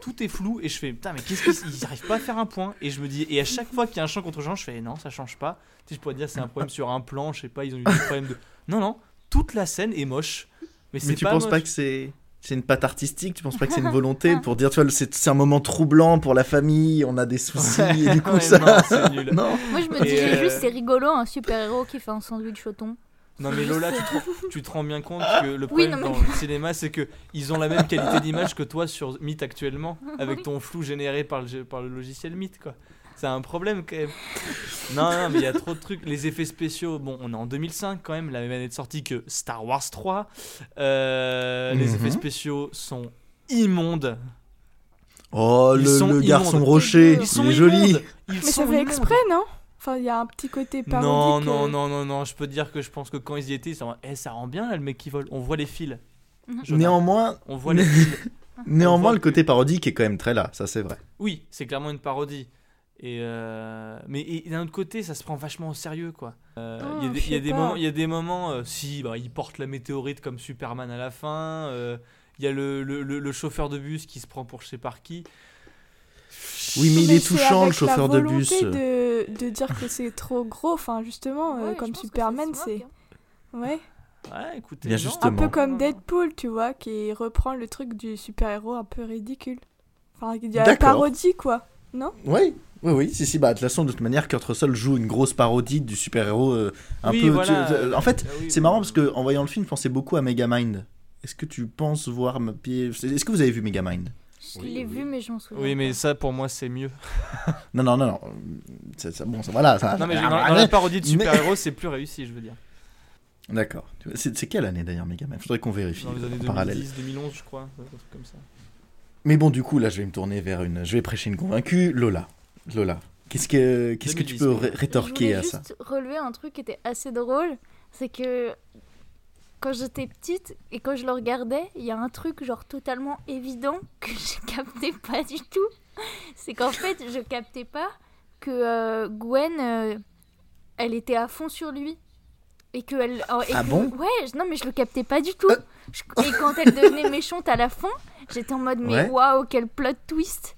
Tout est flou et je fais putain mais qu'est-ce qu'ils ils arrivent pas à faire un point et je me dis et à chaque fois qu'il y a un champ contre champ je fais non ça change pas tu sais, je pourrais dire c'est un problème sur un plan je sais pas ils ont eu des problèmes de non non toute la scène est moche mais c'est Mais tu pas, penses moche. pas que c'est c'est une patte artistique Tu penses pas que c'est [laughs] une volonté pour dire tu vois c'est c'est un moment troublant pour la famille, on a des soucis et du coup [laughs] Ouais, ça. non, c'est nul. [laughs] Non. Moi, je me dis Et, euh, juste, c'est rigolo, un super-héros qui fait un sandwich choton. non mais Lola tu te, [laughs] rends- tu te rends bien compte que le Oui, problème non, dans mais- le cinéma c'est que ils ont la même qualité d'image que toi sur Mythe actuellement avec ton flou généré par le, par le logiciel Mythe quoi c'est un problème quand même non non mais il y a trop de trucs les effets spéciaux bon on est en 2005 quand même la même année de sortie que Star Wars 3 Euh, les Mhm. effets spéciaux sont immondes Oh Ils le, sont le garçon immondes. rocher, ils il sont est joli. immondes. ils mais ça sont fait immondes. exprès, non Enfin, il y a un petit côté parodique. non euh, non non non non je peux dire que je pense que quand ils y étaient ils se sont dit, Eh, ça rend bien là, le mec qui vole on voit les fils Mhm. Jonah, Néanmoins, on voit les [laughs] fils néanmoins voit le que- côté parodique est quand même très là, ça c'est vrai. Oui, c'est clairement une parodie. Et euh, mais et- et d'un autre côté, ça se prend vachement au sérieux, quoi. Euh, Oh, Ah, Il y a des- je il y, a sais des pas. moments, il y a des moments, euh, si, bah, il porte la météorite comme Superman à la fin. euh, Il y a le, le- le- le chauffeur de bus qui se prend pour je sais par qui. Oui, mais il mais est c'est touchant le avec la chauffeur de volonté bus. De, de dire que c'est trop gros, enfin, justement, euh, comme Superman, c'est. Ouais. Ouais, écoutez, Bien non, Un justement. peu comme non, non. Deadpool, tu vois, qui reprend le truc du super-héros un peu ridicule. Enfin, il y a la D'accord. parodie, quoi. Oui, oui, oui, si, si, bah, de toute façon, de toute manière, Kurt Russell joue une grosse parodie du super-héros euh, un Oui, peu. voilà. tu- euh, en fait, Ah oui, c'est oui, marrant oui. parce que en voyant le film, je pensais beaucoup à Megamind. Est-ce que tu penses voir. ma- puis- Est-ce que vous avez vu Megamind Je Oui, l'ai oui. vu, mais je m'en souviens. Oui, mais pas. ça pour moi c'est mieux. Non, non, non, non. C'est- ça- bon, ça, voilà, ça. non, mais je- dans, dans la parodie de Ah, mais- super-héros, c'est plus réussi, je veux dire. D'accord. Tu vois, C'est c'est quelle année d'ailleurs, Megamind Faudrait qu'on vérifie Dans les euh, années en parallèle. 2010, 2011, je crois, un truc comme ça. Mais bon, du coup, là, je vais me tourner vers une. Je vais prêcher une convaincue. Lola. Lola. Qu'est-ce que, qu'est-ce que tu 2010, peux oui. ré- rétorquer à Je ça voulais juste relever un truc qui était assez drôle, c'est que quand j'étais petite et quand je le regardais, il y a un truc genre totalement évident [laughs] que je captais pas du tout. C'est qu'en fait, je captais pas que euh, Gwen, euh, elle était à fond sur lui. Et que elle, oh, et Ah que- bon Ouais, je- non mais je le captais pas du tout. Euh. Je- et quand elle devenait méchante à la fin, j'étais en mode mais Ouais. waouh quel plot twist.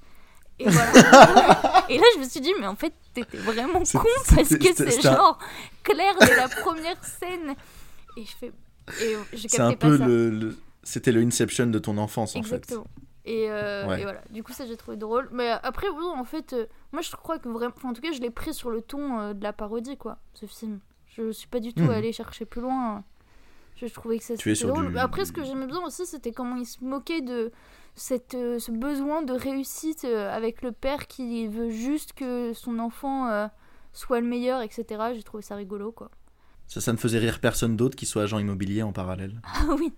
Et [laughs] voilà. [laughs] et là je me suis dit mais en fait t'étais vraiment C'est- con c'est- parce que c'est- c'est c'est un- genre clair dès la première scène. Et je fais et je C'est un captais pas peu ça. le. le- C'était le Inception de ton enfance, en fait. Exactement. Et, euh, Ouais. et voilà, du coup ça j'ai trouvé drôle. Mais après, oui, en fait, euh, moi je crois que vraiment, enfin, en tout cas je l'ai pris sur le ton euh, de la parodie, quoi, ce film. Je suis pas du tout Mhm. allée chercher plus loin. Je trouvais que ça Tu es c'était sur drôle. du- Mais Après, ce que j'aimais bien aussi, c'était comment il se moquait de cette, euh, ce besoin de réussite euh, avec le père qui veut juste que son enfant euh, soit le meilleur, etc. J'ai trouvé ça rigolo, quoi. [laughs] Ça, ça ne faisait rire personne d'autre qui soit agent immobilier en parallèle. Ah oui.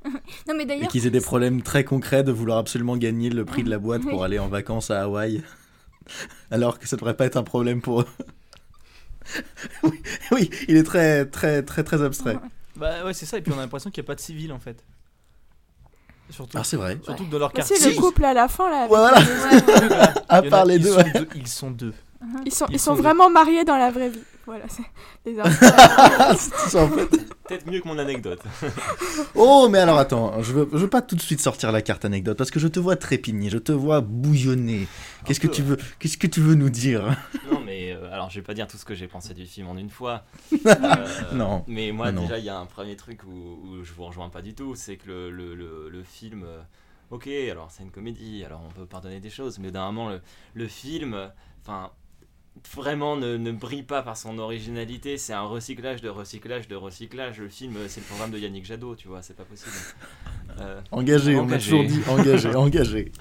non mais Et d'ailleurs, qu'ils aient des problèmes très concrets de vouloir absolument gagner le prix de la boîte pour aller en vacances à Hawaï. [laughs] Alors que ça devrait pas être un problème pour eux. [laughs] oui, oui, il est très, très, très, très abstrait. Bah ouais, c'est ça. Et puis on a l'impression qu'il n'y a pas de civil en fait. Surtout, Ah, c'est vrai. surtout que dans leur Mais quartier. Tu sais, ils- Bah, le couple à la fin, là. avec Voilà. les [laughs] deux- hein. À Il y en a- part les ils deux. sont ouais. [laughs] deux- Ils sont deux. Ils sont, ils Ils sont sont deux. vraiment mariés dans la vraie vie. Voilà, c'est les enfants. C'est ça, en fait. Peut-être mieux que mon anecdote. Oh, mais alors attends, je veux, je veux pas tout de suite sortir la carte anecdote parce que je te vois trépigner, je te vois bouillonner. Qu'est-ce que peu, tu veux, qu'est-ce que tu veux nous dire Non, mais euh, alors je vais pas dire tout ce que j'ai pensé du film en [laughs] une fois. Euh, Non. Mais moi Non, non. déjà il y a un premier truc où, où je vous rejoins pas du tout, c'est que le, le- le- le film, euh, ok, alors c'est une comédie, alors on peut pardonner des choses, mais d'un moment le, le film, euh, enfin vraiment ne, ne brille pas par son originalité, c'est un recyclage de recyclage de recyclage. Le film, euh, c'est le programme de Yannick Jadot, tu vois, c'est pas possible. Euh, Engagé, on a toujours dit [laughs] engagé, engagé.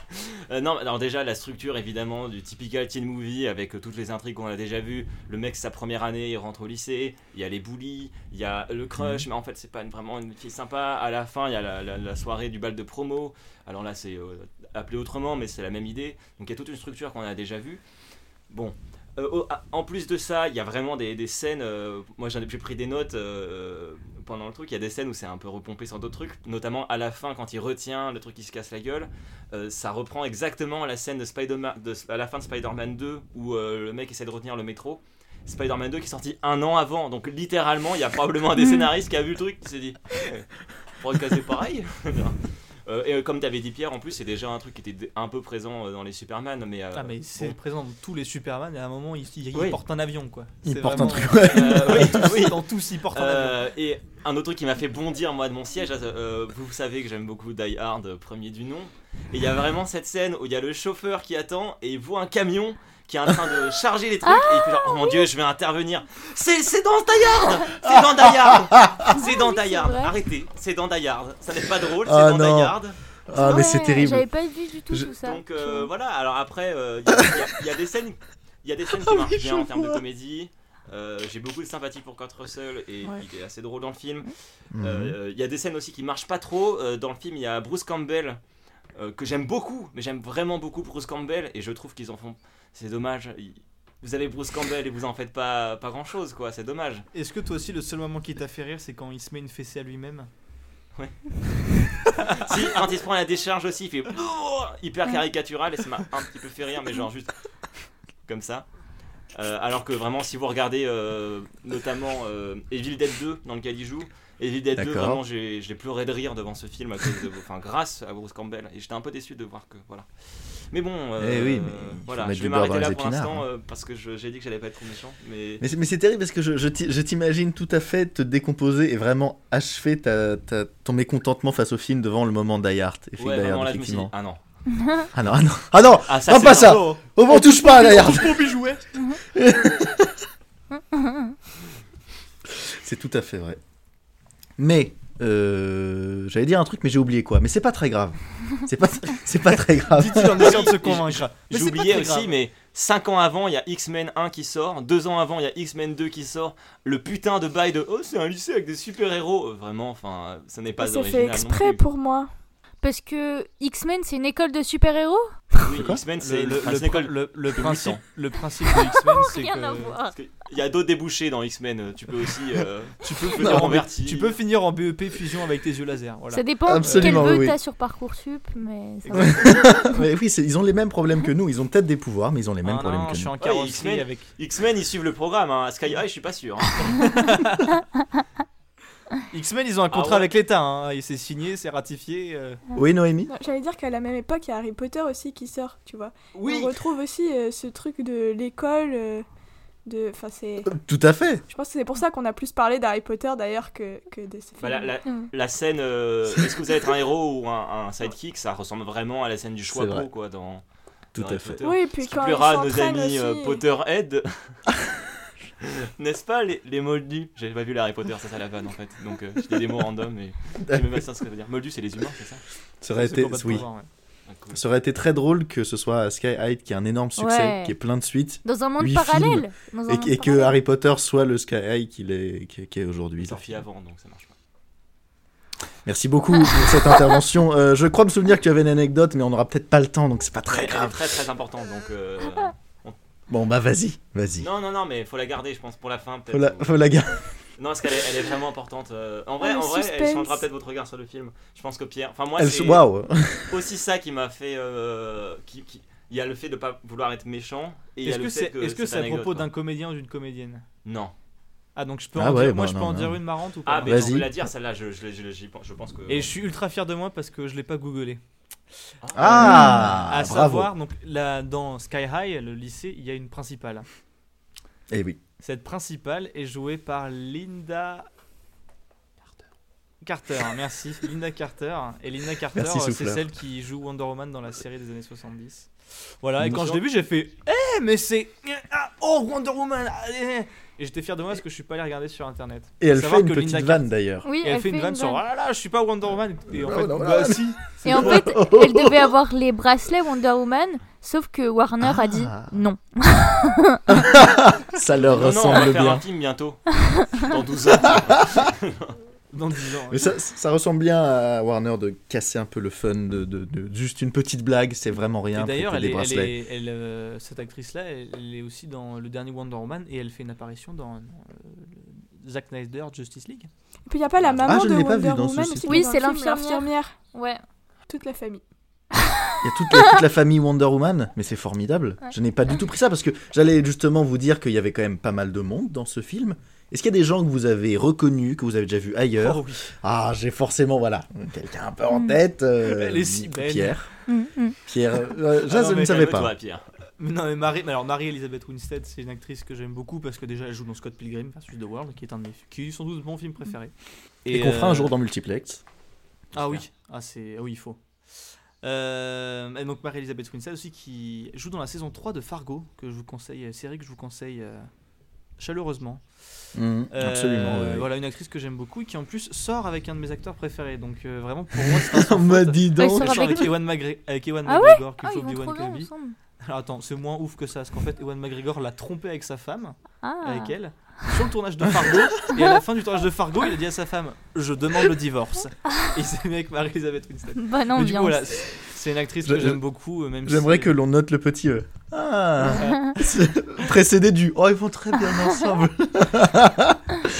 euh, non, alors déjà la structure évidemment du typical teen movie avec euh, toutes les intrigues qu'on a déjà vues. Le mec sa première année, il rentre au lycée, il y a les bullies, il y a le crush, mais en fait c'est pas une- vraiment une fille sympa. À la fin, il y a la, la- la soirée du bal de promo. Alors là c'est euh, appelé autrement, mais c'est la même idée. Donc il y a toute une structure qu'on a déjà vue. Bon. Euh, au- ah, en plus de ça, il y a vraiment des, des scènes. euh, moi, j'en ai- j'ai pris des notes euh, pendant le truc. Il y a des scènes où c'est un peu repompé sur d'autres trucs, notamment à la fin quand il retient le truc qui se casse la gueule. Euh, ça reprend exactement la scène de Spider-Man, de- à la fin de Spider-Man 2 où euh, le mec essaie de retenir le métro. Spider-Man 2 qui est sorti un an avant, donc littéralement, il y a probablement [laughs] un des scénaristes qui a vu le truc qui s'est dit Eh, pour le caser pareil. [laughs] Euh, et euh, comme t'avais dit Pierre, en plus, c'est déjà un truc qui était d- un peu présent euh, dans les Superman, mais, euh, Ah, mais c'est bon. présent dans tous les Superman et à un moment ils, ils- ils Oui. portent un avion quoi. Ils C'est portent un vraiment- truc, ouais. [laughs] Euh, oui, Tous- oui. Dans tous ils portent un avion. Euh, et un autre truc qui m'a fait bondir moi de mon siège, euh, vous savez que j'aime beaucoup Die Hard, euh, premier du nom. Et il y a vraiment cette scène où il y a le chauffeur qui attend et il voit un camion qui est en train de charger les trucs et il fait genre oh mon dieu je vais intervenir. C'est c'est dans Die Hard, c'est dans Die Hard, c'est dans Die Hard. vrai. Arrêtez, c'est dans Die Hard. Ça n'est pas drôle, c'est Ah, dans non. Die Hard. Ah, mais c'est Ouais, terrible. J'avais pas vu du tout Je- tout ça. Donc euh, voilà, alors après, euh, il y a- il y, a- il y a des scènes, il y a des [laughs] Ah scènes qui marchent bien en termes de comédie. Euh, J'ai beaucoup de sympathie pour Kurt Russell et Ouais. il est assez drôle dans le film. Mhm. Euh, Il y a des scènes aussi qui marchent pas trop. Euh, dans le film, il y a Bruce Campbell euh, que j'aime beaucoup, mais j'aime vraiment beaucoup Bruce Campbell et je trouve qu'ils en font. C'est dommage. Il- Vous avez Bruce Campbell et vous en faites pas, pas grand chose, quoi. C'est dommage. Est-ce que toi aussi le seul moment qui t'a fait rire c'est quand il se met une fessée à lui-même Si, [laughs] quand il se prend la décharge aussi, il fait [laughs] hyper caricatural et ça m'a un petit peu fait rire, mais genre juste comme ça. Euh, alors que vraiment, si vous regardez euh, notamment euh, Evil Dead 2 dans lequel il joue, Evil Dead 2, D'accord. vraiment, j'ai j'ai pleuré de rire devant ce film à cause de, enfin, grâce à Bruce Campbell. Et j'étais un peu déçu de voir que voilà. Mais bon, euh, Eh oui, mais il faut voilà, mettre je du vais beurre dans m'arrêter là les pour épinards, l'instant hein. euh, parce que je- j'ai dit que j'allais pas être trop méchant, mais Mais c'est, mais c'est terrible parce que je, je t'i- je t'imagine tout à fait te décomposer et vraiment achever ta- ta- ton mécontentement face au film devant le moment Die Hard. Et film ouais, Die Hard, vraiment là, je me suis dit, effectivement. ah non, Ah non, ah non, ah non, ah Ah, ça, c'est pas un- ça. Oh, oh, on touche pas à Die Hard. mon bijouet C'est tout à fait vrai. Mais euh, j'allais dire un truc, mais j'ai oublié quoi. Mais c'est pas très grave. C'est pas, c'est pas très grave. Dit-il en essayant de se convaincre. Mais J'ai c'est pas oublié très aussi, grave. mais 5 ans avant, il y a X-Men 1 qui sort, 2 ans avant, il y a X-Men 2 qui sort, le putain de bail de Oh, c'est un lycée avec des super-héros. Euh, Vraiment, enfin, euh, ça n'est pas C'est original. fait non exprès plus. pour moi. Parce que X-Men, c'est une école de super-héros Oui, X-Men, Le, c'est une- le- enfin, le c'est une prin- école. le- le de principe, mutants. le principe de X-Men, c'est Rien à que voir. Parce que Il y a d'autres débouchés dans X-Men. euh, Tu peux aussi. [laughs] euh, tu peux, Non, finir en, merci. tu peux finir en BEP fusion avec tes yeux laser. Voilà. Ça dépend Absolument, quel vœu oui. t'as sur Parcoursup, mais ça va. mais oui, c'est- ils ont les mêmes problèmes que nous. Ils ont peut-être des pouvoirs, mais ils ont les mêmes Ah problèmes non, que je suis nous. en carrosserie X-Men. avec. X-Men, ils suivent le programme. Hein. Sky High, je suis pas sûr. hein. X-Men, ils ont un Ah contrat ouais. avec l'État. Hein. Et c'est signé, c'est ratifié. euh. Oui, Noémie. Non, J'allais dire qu'à la même époque, il y a Harry Potter aussi qui sort, tu vois. Oui. On retrouve aussi euh, ce truc de l'école. euh, de... Enfin, c'est... Tout à fait. Je pense que c'est pour ça qu'on a plus parlé d'Harry Potter d'ailleurs que, que de ces films. Bah, la, la- la scène. euh, Est-ce que vous allez être un héros ou un, un sidekick Ça ressemble vraiment à la scène du C'est choix vrai. quoi. Dans. Tout dans à Harry fait. Potter. Mm. Oui, et puis Ce qui quand plaira à ils nos s'entraînent amis euh, aussi- Potterhead. [laughs] N'est-ce pas, les, les moldus J'avais pas vu l'Harry Potter, c'est ça la vanne en fait. Donc euh, je dis des mots random, mais je sais même pas ça ce que ça veut dire. Moldus, c'est les humains, c'est ça Ça aurait ce été, combat de Bah, oui. pouvoir, ouais. Ah, cool. Ça aurait été très drôle que ce soit Sky High qui est un énorme succès, Ouais. qui est plein de suites, Dans un monde Huit parallèle. Dans un et, monde et que parallèle. Harry Potter soit le Sky High qu'il est, qui est Il aujourd'hui. est sorti avant, donc ça marche pas. Merci beaucoup pour cette intervention. Euh, je crois me souvenir que tu avais une anecdote, mais on n'aura peut-être pas le temps, donc c'est pas très Elle est grave. très très important, donc. euh, Bon, bah vas-y, vas-y. Non, non, non, mais faut la garder, je pense, pour la fin Faut peut-être. la, ou- faut la garder. [laughs] Non, parce qu'elle est, elle est vraiment importante. euh, En vrai, Ah, le en vrai elle suspense. changera peut-être votre regard sur le film. Je pense que Pierre. Enfin, moi, Elle se- c'est Waouh. aussi ça qui m'a fait. euh, qui- qui- Il y a le fait de pas vouloir être méchant. et il y a Est-ce le que fait c'est est-ce que cette c'est à propos anecdote, d'un comédien ou d'une comédienne quoi. Non. Ah donc je peux Ah en ouais, dire, moi bah je peux non, en non. dire une marrante ou pas Ah, mais Vas-y. on peut la dire, celle-là, je, je, je- j'y pense- je pense que. Et je suis ultra fier de moi parce que je l'ai pas googlé. Ah, à bravo. savoir donc là dans Sky High, le lycée, il y a une principale. Eh oui. Cette principale est jouée par Linda Carter. [laughs] Carter, merci. Linda Carter. Et Linda Carter, Merci, euh, c'est souffleur. celle qui joue Wonder Woman dans la série des années 70. Voilà, et Bonjour. quand je l'ai vu, j'ai fait Eh, mais c'est. Ah, oh, Wonder Woman ah, eh. Et j'étais fier de moi parce que je suis pas allé regarder sur internet. Et elle Faut savoir fait une que petite Linda vanne Carter- d'ailleurs. Oui, Et elle, fait une vanne sur Ah là là, je suis pas Wonder Woman. Et en Non, fait, non, bah non. si. [laughs] Et en fait, elle devait avoir les bracelets Wonder Woman, sauf que Warner a dit Ah. non. Ça leur Non, non, on ressemble va faire un bien. film [laughs] bientôt. Dans 12 ans. Dans 10 ans. Mais ça, ça ressemble bien à Warner de casser un peu le fun, de, de- de- juste une petite blague, c'est vraiment rien. Et d'ailleurs, pour elle des est, elle bracelets. est- elle, euh, cette actrice-là, elle, elle est aussi dans le dernier Wonder Woman et elle fait une apparition dans euh, le- Zack Snyder Justice League. Et puis il n'y a Ah, pas la maman je de ne l'ai pas Wonder vu dans ce Woman site. aussi qui Oui, est dans c'est le film, l'infirmière. l'infirmière. Ouais. Toute la famille. Il y a toute la, toute la famille Wonder Woman, mais c'est formidable. Ouais. Je n'ai pas du tout pris ça parce que j'allais justement vous dire qu'il y avait quand même pas mal de monde dans ce film. Est-ce qu'il y a des gens que vous avez reconnus, que vous avez déjà vus ailleurs Oh oui. Ah, j'ai forcément, voilà, quelqu'un un peu en Mm. tête. euh, Elle est si belle. Pierre. Mm, mm. Pierre, euh, Ah ça, non, je ne mais savais Toi, pas. Pierre. Non, mais Marie, mais alors Marie Elizabeth Winstead, c'est une actrice que j'aime beaucoup parce que déjà elle joue dans Scott Pilgrim versus The World, qui est un de mes, qui est sans doute mon film préféré. Et, qu'on fera un euh, jour dans Multiplex. Ah oui, ah c'est, ah oui il faut. Euh, et donc Marie Elizabeth Winstead aussi qui joue dans la saison 3 de Fargo que je vous conseille, série que je vous conseille euh, chaleureusement. Mm, Euh, absolument. ouais. Voilà une actrice que j'aime beaucoup et qui en plus sort avec un de mes acteurs préférés. Donc euh, vraiment [laughs] pour moi c'est un sans [laughs] On m'a faute. dit Elle donc. sera Elle sort avec avec lui. Ewan, Magre- avec Ewan Ah ouais McGregor qui Ah, joue ils vont Obi-Wan trop bien Kenobi. ensemble. Alors attends, c'est moins ouf que ça parce qu'en fait Ewan McGregor l'a trompé avec sa femme, Ah. avec elle, sur le tournage de Fargo. et à la fin du tournage de Fargo, il a dit à sa femme Je demande le divorce. Et il s'est mis avec Marie-Elisabeth Winstead. Bonne Mais du coup, ambiance. voilà, c'est c'est une actrice que Je- j'aime beaucoup. euh, même J'aimerais si- que l'on note le petit E. Ah [laughs] C'est- Précédé du Oh, ils vont très bien [laughs] ensemble.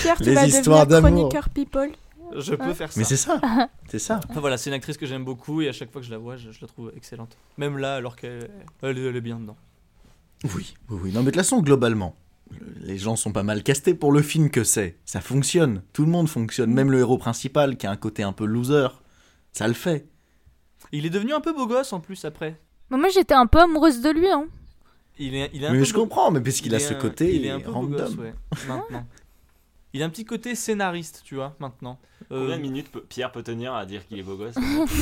Pierre qui Les va histoires devenir d'amour. chroniqueur people. euh, Je peux faire ça. Mais c'est ça. C'est ça. Enfin, voilà, c'est une actrice que j'aime beaucoup et à chaque fois que je la vois, je, je la trouve excellente. Même là, alors qu'elle elle, elle est bien dedans. Oui, oui, oui. Non, mais de toute façon, globalement, le- les gens sont pas mal castés pour le film que c'est. Ça fonctionne. Tout le monde fonctionne. Même le héros principal, qui a un côté un peu loser, ça le fait. Il est devenu un peu beau gosse en plus après. Mais moi, j'étais un peu amoureuse de lui. Hein. Il est, il est un Mais peu je beau- comprends, mais parce qu'il a est ce un- côté il est un peu beau random. gosse, ouais, [laughs] maintenant. Il a un petit côté scénariste, tu vois, maintenant. Euh, Combien de minutes peut- Pierre peut tenir à dire qu'il est beau gosse longtemps.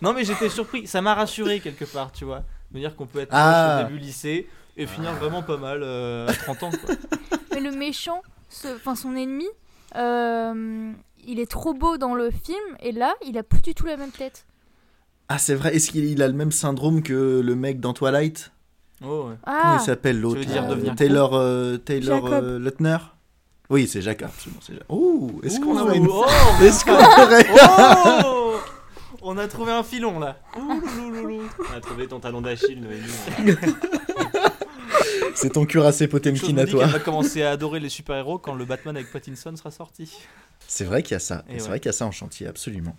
Non, mais j'étais surpris. Ça m'a rassuré quelque part, tu vois. De me dire qu'on peut être Ah. moche au début lycée et finir vraiment pas mal euh, à 30 ans. [laughs] Quoi. Mais le méchant, ce- enfin son ennemi, euh, il est trop beau dans le film et là, il a plus du tout la même tête. Ah, c'est vrai. Est-ce qu'il il a le même syndrome que le mec dans Twilight Oh, ouais. Comment Ah, il s'appelle l'autre veux dire là, devenir Taylor, euh, Taylor Jacob. euh, Lautner Oui, c'est Jacob. absolument, c'est Jacob. Ouh, est-ce qu'on Ouh, aurait une... [laughs] oh, Est-ce qu'on aurait... oh On a trouvé un filon là. Ouh, loulou, loulou. On a trouvé ton talon d'Achille, Noémie. [laughs] C'est ton cuirassé Quelque chose Potemkin me à dit qu'elle toi. va commencer à adorer les super-héros quand le Batman avec Pattinson sera sorti. C'est vrai qu'il y a ça. Et C'est ouais. vrai qu'il y a ça en chantier, absolument.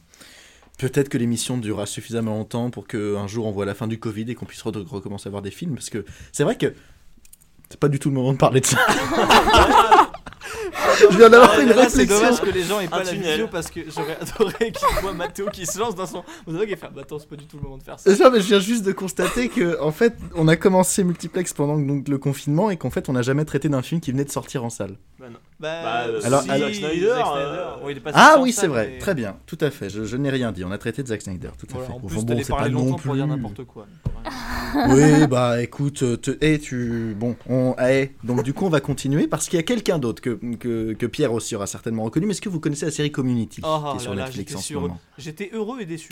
Peut-être que l'émission durera suffisamment longtemps pour qu'un jour on voit la fin du Covid et qu'on puisse re- recommencer à voir des films. Parce que c'est vrai que c'est pas du tout le moment de parler [laughs] de ça. Je viens d'avoir Ah, une Là, Ah, c'est réflexion. dommage que les gens aient pas Un la tunnel. vidéo parce que j'aurais [laughs] adoré qu'ils voient Mathéo qui se lance dans son. Vous savez qu'il fait. Bah attends, c'est pas du tout le moment de faire ça. C'est ça, mais je viens juste de constater que, en fait, on a commencé Multiplex pendant donc, le confinement et qu'en fait, on n'a jamais traité d'un film qui venait de sortir en salle. Bah, euh, Alors, alors- Zack Snyder, euh, oui, il est pas Ah sorti oui, en c'est salle, vrai, mais- très bien, tout à fait. Je, je n'ai rien dit, on a traité de Zack Snyder, tout à Voilà, fait. en Bon, plus, bon, t'allais c'est parler pas non longtemps pour dire plus- n'importe quoi. Oui, bah écoute, euh, te, et tu. Bon, on. eh, donc du coup, on va continuer parce qu'il y a quelqu'un d'autre que, que, que Pierre aussi aura certainement reconnu. Mais est-ce que vous connaissez la série Community Oh qui est là sur là, Netflix j'étais en ce sûr. moment J'étais heureux et déçu.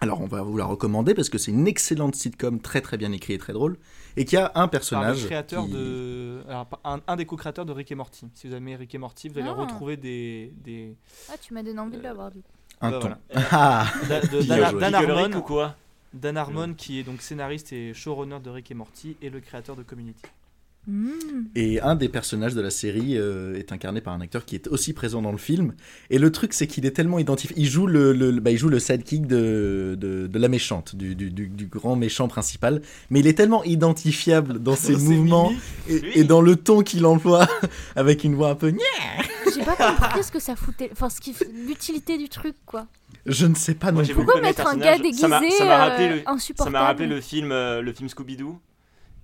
Alors, on va vous la recommander parce que c'est une excellente sitcom très très bien écrite et très drôle. Et qui a un Par le personnage. créateur qui- de. alors, par- un, un des co-créateurs de Rick et Morty. Si vous aimez Rick et Morty, vous allez Ah. retrouver des. des ah, tu m'as donné envie de l'avoir du coup. Un Bah, ton. [laughs] voilà. Ah [laughs] da- de- Bien Dan, joué. Dan Harmon ou Harmon, quoi Dan Harmon, qui est donc scénariste et showrunner de Rick et Morty et le créateur de Community. Mm. Et un des personnages de la série euh, est incarné par un acteur qui est aussi présent dans le film. Et le truc, c'est qu'il est tellement identifié. Il joue le, le, le- bah, il joue le sidekick de, de, de la méchante, du, du, du, du grand méchant principal. Mais il est tellement identifiable dans [laughs] ses mouvements mimiques. et, et dans le ton qu'il emploie, [laughs] avec une voix un peu. gna- J'ai pas compris ce que ça foutait, enfin ce qui, l'utilité du truc quoi. Je ne sais pas non Moi, j'ai plus. voulu Pourquoi connaître mettre le un gars personnage. déguisé, Ça m'a- ça m'a rappelé euh, le- Ça insupportable m'a rappelé le film, euh, le film Scooby-Doo.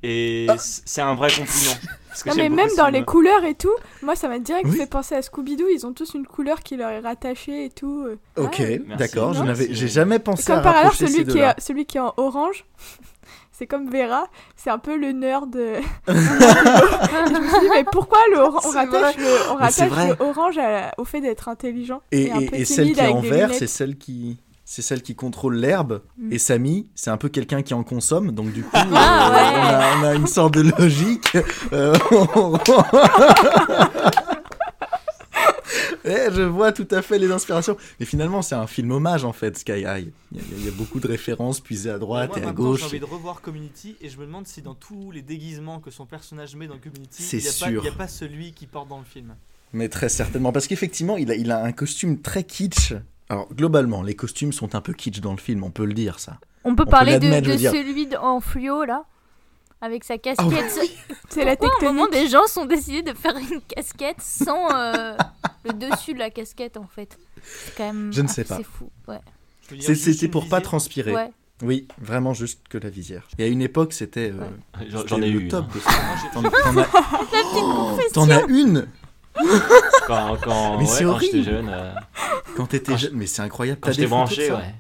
Et Ah. c- c'est un vrai compliment. parce que j'aime Non, mais beaucoup même ce dans film. les couleurs et tout, moi ça m'a direct Oui. fait penser à Scooby-Doo. Ils ont tous une couleur qui leur est rattachée et tout. euh. Ok, Ouais. d'accord, je Non. n'avais, j'ai jamais Et pensé à Comme par ailleurs, rapprocher celui ces qui, deux-là. est, celui qui est en orange, [laughs] c'est comme Vera, c'est un peu le nerd. [laughs] euh, je me suis dit, mais pourquoi le oran- on C'est rattache, le, on Mais c'est rattache vrai. le orange à- au fait d'être intelligent Et, et, un et- peu et timide celle qui est avec en des vert, c'est lunettes. celle qui, c'est celle qui contrôle l'herbe. Mm. Et Samy, c'est un peu quelqu'un qui en consomme, donc [laughs] du coup, euh, Ah on, a, on a une sorte de logique. Euh, [laughs] on- Eh, je vois tout à fait les inspirations. Mais finalement, c'est un film hommage en fait, Sky High. Il y, a- il y a beaucoup de références puisées à droite Moi, et à maintenant, J'ai gauche. envie de revoir Community et je me demande si dans tous les déguisements que son personnage met dans Community, C'est il n'y a, pas- sûr. il y a pas celui qui porte dans le film. Mais très certainement, parce qu'effectivement, il a, il a un costume très kitsch. Alors, globalement, les costumes sont un peu kitsch dans le film, on peut le dire, ça. On peut peut parler de, l'admettre, je de veux dire. Ah celui de- en fluo là, avec sa [laughs] casquette. C'est la Pourquoi, au moment tectonique. des gens sont décidés de faire une casquette sans euh, le dessus de la casquette en fait C'est quand même. Je ne sais pas. C'est fou. Ouais. Je veux dire, C'est- juste C'est c'est une pour pas visée. transpirer. ouais. Oui, vraiment juste que la visière. Et à une époque, c'était euh, Ouais. J'en- c'était J'en ai le eu. top. [laughs] hein. de ça. T'en t'en as, La petite confession. t'en as une hein. Quand, quand, [laughs] Mais c'est ouais, quand j'étais horrible. jeune, euh, quand t'étais Quand jeune. Mais c'est incroyable. quand T'as j'étais des, photos de branché, ça ouais.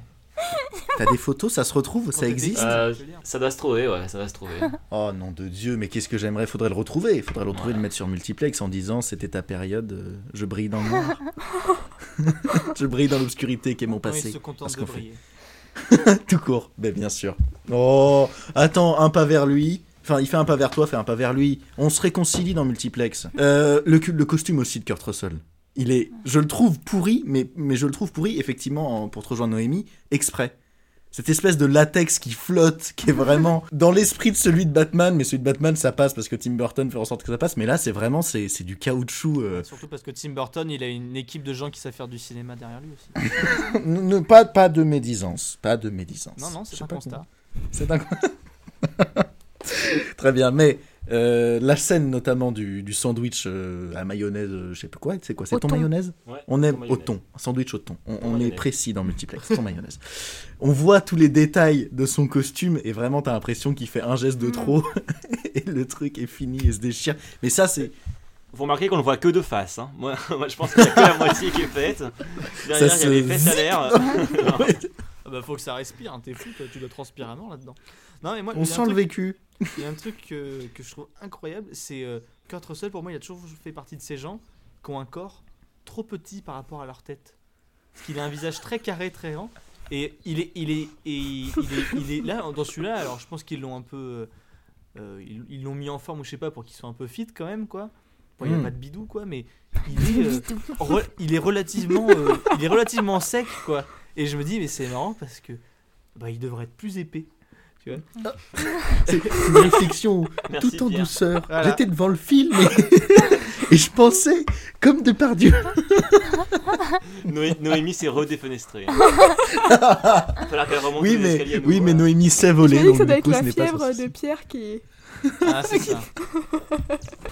T'as des photos, ça se retrouve, Quand ça t'es existe. déguisé, Euh, je veux dire. Ça doit se trouver, ouais, ça doit se trouver. [laughs] Oh non de Dieu, mais qu'est-ce que j'aimerais Faudrait le retrouver. Faudrait le retrouver, le mettre sur multiplex en disant c'était ta période, euh, je brille dans le noir. [laughs] [laughs] je brille dans l'obscurité qui est mon Maintenant, il passé. se contente Parce de qu'on fait- briller. Tout court, ben bien sûr. Oh, attends, un pas vers lui. Enfin, il fait un pas vers toi, fais un pas vers lui. On se réconcilie dans Multiplex. Euh, le, cu- le costume aussi de Kurt Russell. Il est, je le trouve pourri, mais, mais je le trouve pourri, effectivement, en- pour te rejoindre Noémie, exprès. Cette espèce de latex qui flotte, qui est [laughs] vraiment dans l'esprit de celui de Batman, mais celui de Batman, ça passe parce que Tim Burton fait en sorte que ça passe, mais là, c'est vraiment, c'est c'est du caoutchouc. euh, Surtout parce que Tim Burton, il a une équipe de gens qui savent faire du cinéma derrière lui aussi. [laughs] ne, ne- pas, pas de médisance, pas de médisance. Non, non, Je c'est sais un pas constat. C'est un... [laughs] Très bien, mais euh, la scène notamment du, du sandwich euh, à mayonnaise, euh, je sais plus quoi, c'est quoi C'est Au ton thon. mayonnaise Ouais, On est ton au mayonnaise. thon, un sandwich au thon. On, on est mayonnaise. précis dans Multiplex, ton mayonnaise. On voit tous les détails de son costume et vraiment t'as l'impression qu'il fait un geste de Mm. trop [laughs] et le truc est fini et se déchire. Mais ça c'est Vous remarquez qu'on ne voit que de face. Hein. Moi, [laughs] moi, je pense qu'il n'y a que la moitié qui est faite. Derrière, il y se a les fesses à l'air. Ah bah faut que ça respire, hein, t'es fou, toi, tu dois transpirer à mort là-dedans. Non mais moi, il on y a un sent le truc- vécu. Il y a un truc que, que je trouve incroyable, c'est euh, Kurt Russell, pour moi, il a toujours fait partie de ces gens qui ont un corps trop petit par rapport à leur tête. Parce qu'il a un visage très carré, très grand. Et il est, il est, et il il est, il est là, dans celui-là, alors je pense qu'ils l'ont un peu. euh, ils ils l'ont mis en forme, ou je sais pas, pour qu'il soit un peu fit quand même, quoi. Bon, il n'y Mm. a pas de bidou, quoi, mais il est, euh, re- il est relativement, euh, il est relativement sec, quoi. Et je me dis, mais c'est marrant parce que bah, il devrait être plus épais. C'est une réflexion Merci, tout en Pierre. douceur. Voilà. J'étais devant le film et, [laughs] et je pensais comme de par Dieu. Noé- Noémie s'est redéfenestrée. Il va falloir qu'elle remonte Oui, les escaliers à mais, nouveau, oui, mais hein. Noémie sait Je voler. me dis que ça donc doit du être coup, la ce n'est pas son fièvre souci. de Pierre qui. Ah, c'est ça.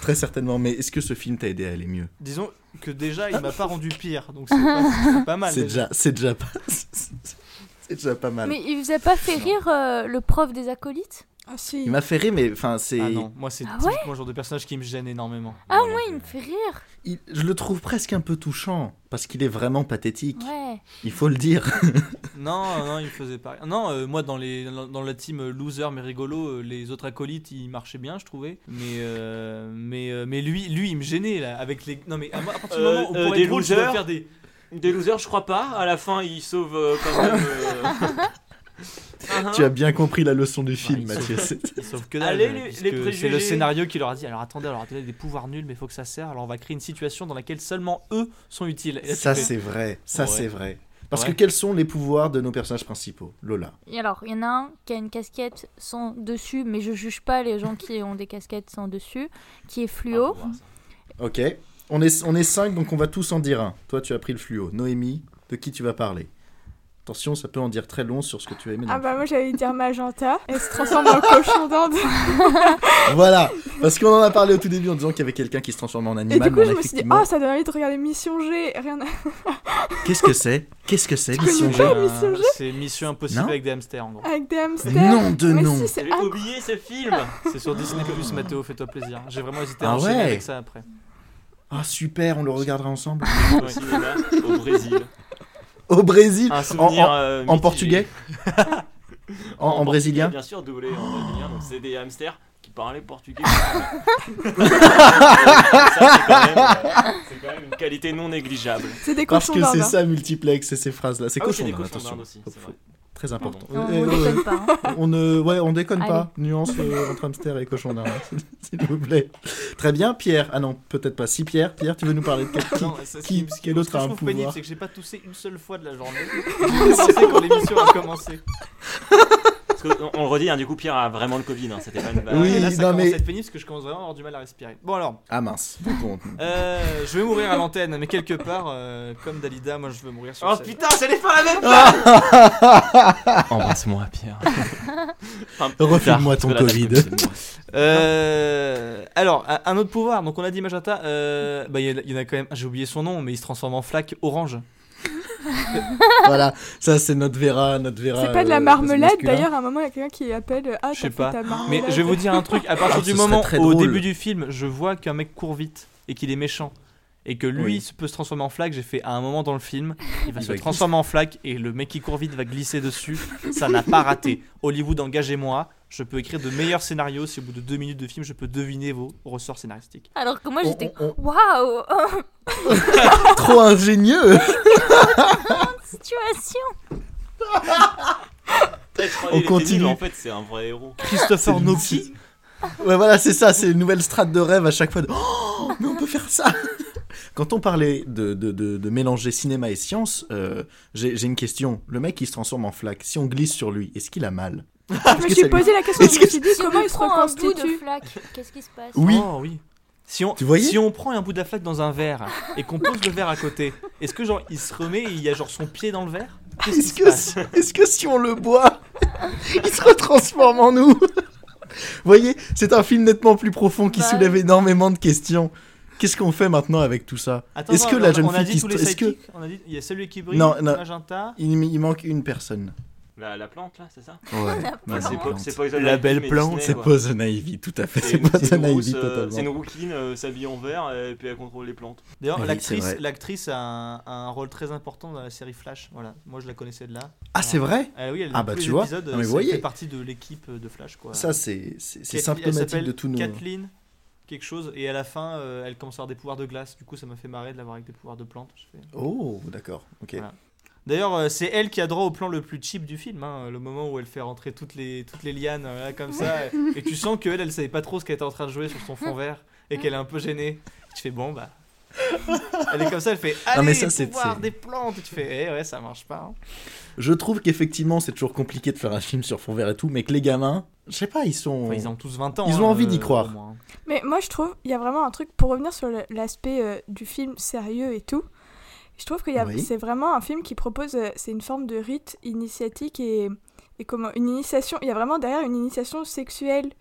Très certainement, mais est-ce que ce film t'a aidé à aller mieux Disons que déjà, Ah. il m'a pas rendu pire, donc c'est pas, c'est pas mal. C'est déjà, c'est déjà pas, [laughs] c'est déjà pas mal. Mais il vous a pas fait rire euh, le prof des acolytes Ah si. Il m'a fait rire, mais enfin, c'est, Ah non, moi c'est Ah ouais typiquement le genre de personnage qui me gêne énormément. Ah ouais, il me fait rire. il- je le trouve presque un peu touchant parce qu'il est vraiment pathétique. Ouais. Il faut le dire. Non, non, il me faisait pas. rire. Non, euh, moi dans les dans dans la team euh, loser mais rigolo, euh, les autres acolytes ils marchaient bien, je trouvais. Mais euh, mais euh, mais lui lui il me gênait là avec les. Non mais à, moi, à partir du Euh, moment où euh, pour des être drôle, je dois losers faire des. Des losers, je crois pas. À la fin, ils sauvent euh, quand même. euh, un, [laughs] un. tu as bien compris la leçon du film, Ah. il Mathieu. c'est- Sauf que dalle, hein, Allez, les- puisque les préjugés. c'est le scénario qui leur a dit alors attendez, alors attendez, des pouvoirs nuls, mais faut que ça serve. Alors on va créer une situation dans laquelle seulement eux sont utiles. Et là, tu Ça, fais, c'est vrai. Ça, Ouais. c'est vrai. Parce Ouais. que quels sont les pouvoirs de nos personnages principaux, Lola Et alors, il y en a un qui a une casquette sans dessus, mais je juge pas les gens qui ont des casquettes sans dessus, qui est fluo. Ah, Ah, bah, Ok. On est, on est cinq, donc on va tous en dire un. Toi, tu as pris le fluo. Noémie, de qui tu vas parler Attention, ça peut en dire très long sur ce que tu as aimé. dans Ah le bah moi j'allais [laughs] dire magenta. Elle se transforme en cochon d'Inde. film. Voilà, parce qu'on en a parlé au tout début en disant qu'il y avait quelqu'un qui se transformait en Et animal. du coup mais je on a me suis dit, effectivement- oh ça donne envie de regarder Mission G. Rien à... Qu'est-ce que c'est Qu'est-ce que c'est Tu connais Mission G pas Mission G C'est Mission Impossible Non. avec des hamsters en gros. avec des hamsters. Nom de Mais nom. si, c'est J'avais incroyable. oublié ce film C'est sur Disney Plus, Mathéo, fais-toi plaisir. J'ai vraiment hésité à Ah enchaîner ouais. avec ça après. Ah super, on le regardera ensemble. au cinéma au Brésil. Au Brésil Un En, souvenir en- euh, en mitigé. portugais en, en brésilien Bien sûr, doublé en brésilien. Donc c'est des hamsters qui parlaient portugais. Ça, c'est quand, même, euh, c'est quand même une qualité non négligeable. C'est des Parce cochons que d'Inde. c'est hein. ça multiplex et ces phrases-là. C'est Ah oui, c'est cochon des d'Inde, cochons hein, attention. d'Inde aussi, c'est vrai. Très important. Non, Euh, on eh, déconne pas. hein. On ne, ouais, on déconne Allez. pas. Nuance euh, entre hamster et cochon d'Inde, hein, [laughs] s'il vous plaît. Très bien, Pierre. Ah non, peut-être pas. Si Pierre, Pierre, tu veux nous parler de quel, qui, Non, ça, qui- c'est- quel autre Ce que a je un trouve pénible, pouvoir c'est que j'ai pas toussé une seule fois de la [laughs] journée. J'ai pensé quand l'émission a commencé. Parce que, on- on le redit, hein, du coup, Pierre a vraiment le Covid. hein, C'était pas [laughs] une vanne. Oui, Et là, ça non, commence mais- à être pénible parce que je commence vraiment à avoir du mal à respirer. Bon alors, Ah mince. Donc on- euh, je vais mourir à l'antenne, mais quelque part, euh, comme Dalida, moi je veux mourir sur Oh scène. putain, j'allais faire la même [laughs] Embrasse-moi, Pierre. Enfin, plus Oh, [laughs] Refile-moi tard, ton parce que là, t'as le Covid. Covid, Euh, alors, un un autre pouvoir. Donc, on a dit Magenta. euh, bah, il y en a- il y en a quand même. J'ai oublié son nom, mais il se transforme en flaque orange. [laughs] voilà, ça c'est notre Vera, notre Vera. C'est pas de la euh, marmelade masculin. d'ailleurs. À un moment il y a quelqu'un qui appelle euh, Ah, Je t'as sais fait pas. ta marmelade. Ah, Mais je vais vous dire un truc. À partir Alors, du Ah, ce serait moment très au drôle. début du film, je vois qu'un mec court vite et qu'il est méchant et que lui Oui. se peut se transformer en flaque. J'ai fait à un moment dans le film, il va Il se va transformer en flaque et le mec qui court vite va glisser dessus. Ça n'a pas raté. Hollywood, engagez-moi. Je peux écrire de meilleurs scénarios si au bout de deux minutes de film, je peux deviner vos ressorts scénaristiques. Alors Oh, que moi On- j'étais. [laughs] on- Waouh oh, on- Trop ingénieux Situation Putain, je On croyais qu'il était nul, continue. mais en fait, c'est un vrai héros. Christopher C'est Noki. une- Ouais, voilà, c'est ça, c'est une nouvelle strate de rêve à chaque fois. de, Oh, mais on peut faire ça [laughs] Quand on parlait de, de- de- de mélanger cinéma et science, euh, j'ai j'ai une question. Le mec, il se transforme en flaque. Si on glisse sur lui, est-ce qu'il a mal Je me suis posé la question. Est-ce Je me que- suis dit Si comment on il se prend un bout de reconstitue. flaque, qu'est-ce qui se passe Oui. Oh, oui. Si on, Tu voyais si on prend un bout de la flaque dans un verre et qu'on pose le verre à côté, est-ce que genre il se remet et il y a genre son pied dans le verre Qu'est-ce qui Est-ce se que, passe est que si on le boit, [laughs] il se retransforme en nous Vous voyez, c'est un film nettement plus profond qui Bah soulève énormément de questions. Qu'est-ce qu'on fait maintenant avec tout ça Attends, Est-ce non, que on- la jeune on a fille dit qui tous se... les Est-ce que... sidekicks, on a dit il y a celui qui brille, Non, non. Magenta, Il, il manque une personne. La, la plante, là, c'est ça Ouais, Ouais, c'est pas- c'est pas Poison La Ivy, belle mais plante, Disney, c'est quoi. Poison Ivy, tout à fait. [laughs] C'est C'est une- c'est Poison une rousse, Ivy, euh, c'est une totalement. rouquine euh, s'habille en vert et puis elle contrôle les plantes. D'ailleurs, Oui, c'est l'actrice, vrai. l'actrice a un, a un rôle très important dans la série Flash. Voilà, moi je la connaissais de là. Ah, c'est vrai Ah oui, elle Ah dans bah, tous tu les vois. épisodes, Non, mais c'est- voyez. fait partie de l'équipe euh, de Flash quoi. Ça, c'est c'est- c'est Kathleen- elle symptomatique s'appelle de tout nos... Kathleen, quelque chose, et à la fin, euh, elle commence à avoir des pouvoirs de glace. Du coup, ça m'a fait marrer de l'avoir avec des pouvoirs de plante. Je fais- Oh, d'accord, ok. Voilà. D'ailleurs, euh, c'est elle qui a droit au plan le plus cheap du film, hein, le moment où elle fait rentrer toutes les, toutes les lianes euh, là, comme ça, et, et tu sens qu'elle, elle savait pas trop ce qu'elle était en train de jouer sur son fond vert, et qu'elle est un peu gênée. Tu fais bon, bah. Elle est comme ça, elle fait Allez, Non, mais ça, c'est- pouvoir c'est- des plantes Et tu fais Eh ouais, ça marche pas. hein. Je trouve qu'effectivement, c'est toujours compliqué de faire un film sur fond vert et tout, mais que les gamins, je sais pas, ils sont... Enfin, ils ont tous 20 ans. Ils hein, ont envie d'y euh, croire. au moins. Mais moi, je trouve, il y a vraiment un truc, pour revenir sur le- l'aspect euh, du film sérieux et tout, je trouve que y a- Oui. c'est vraiment un film qui propose, euh, c'est une forme de rite initiatique et, et comment, une initiation, il y a vraiment derrière une initiation sexuelle.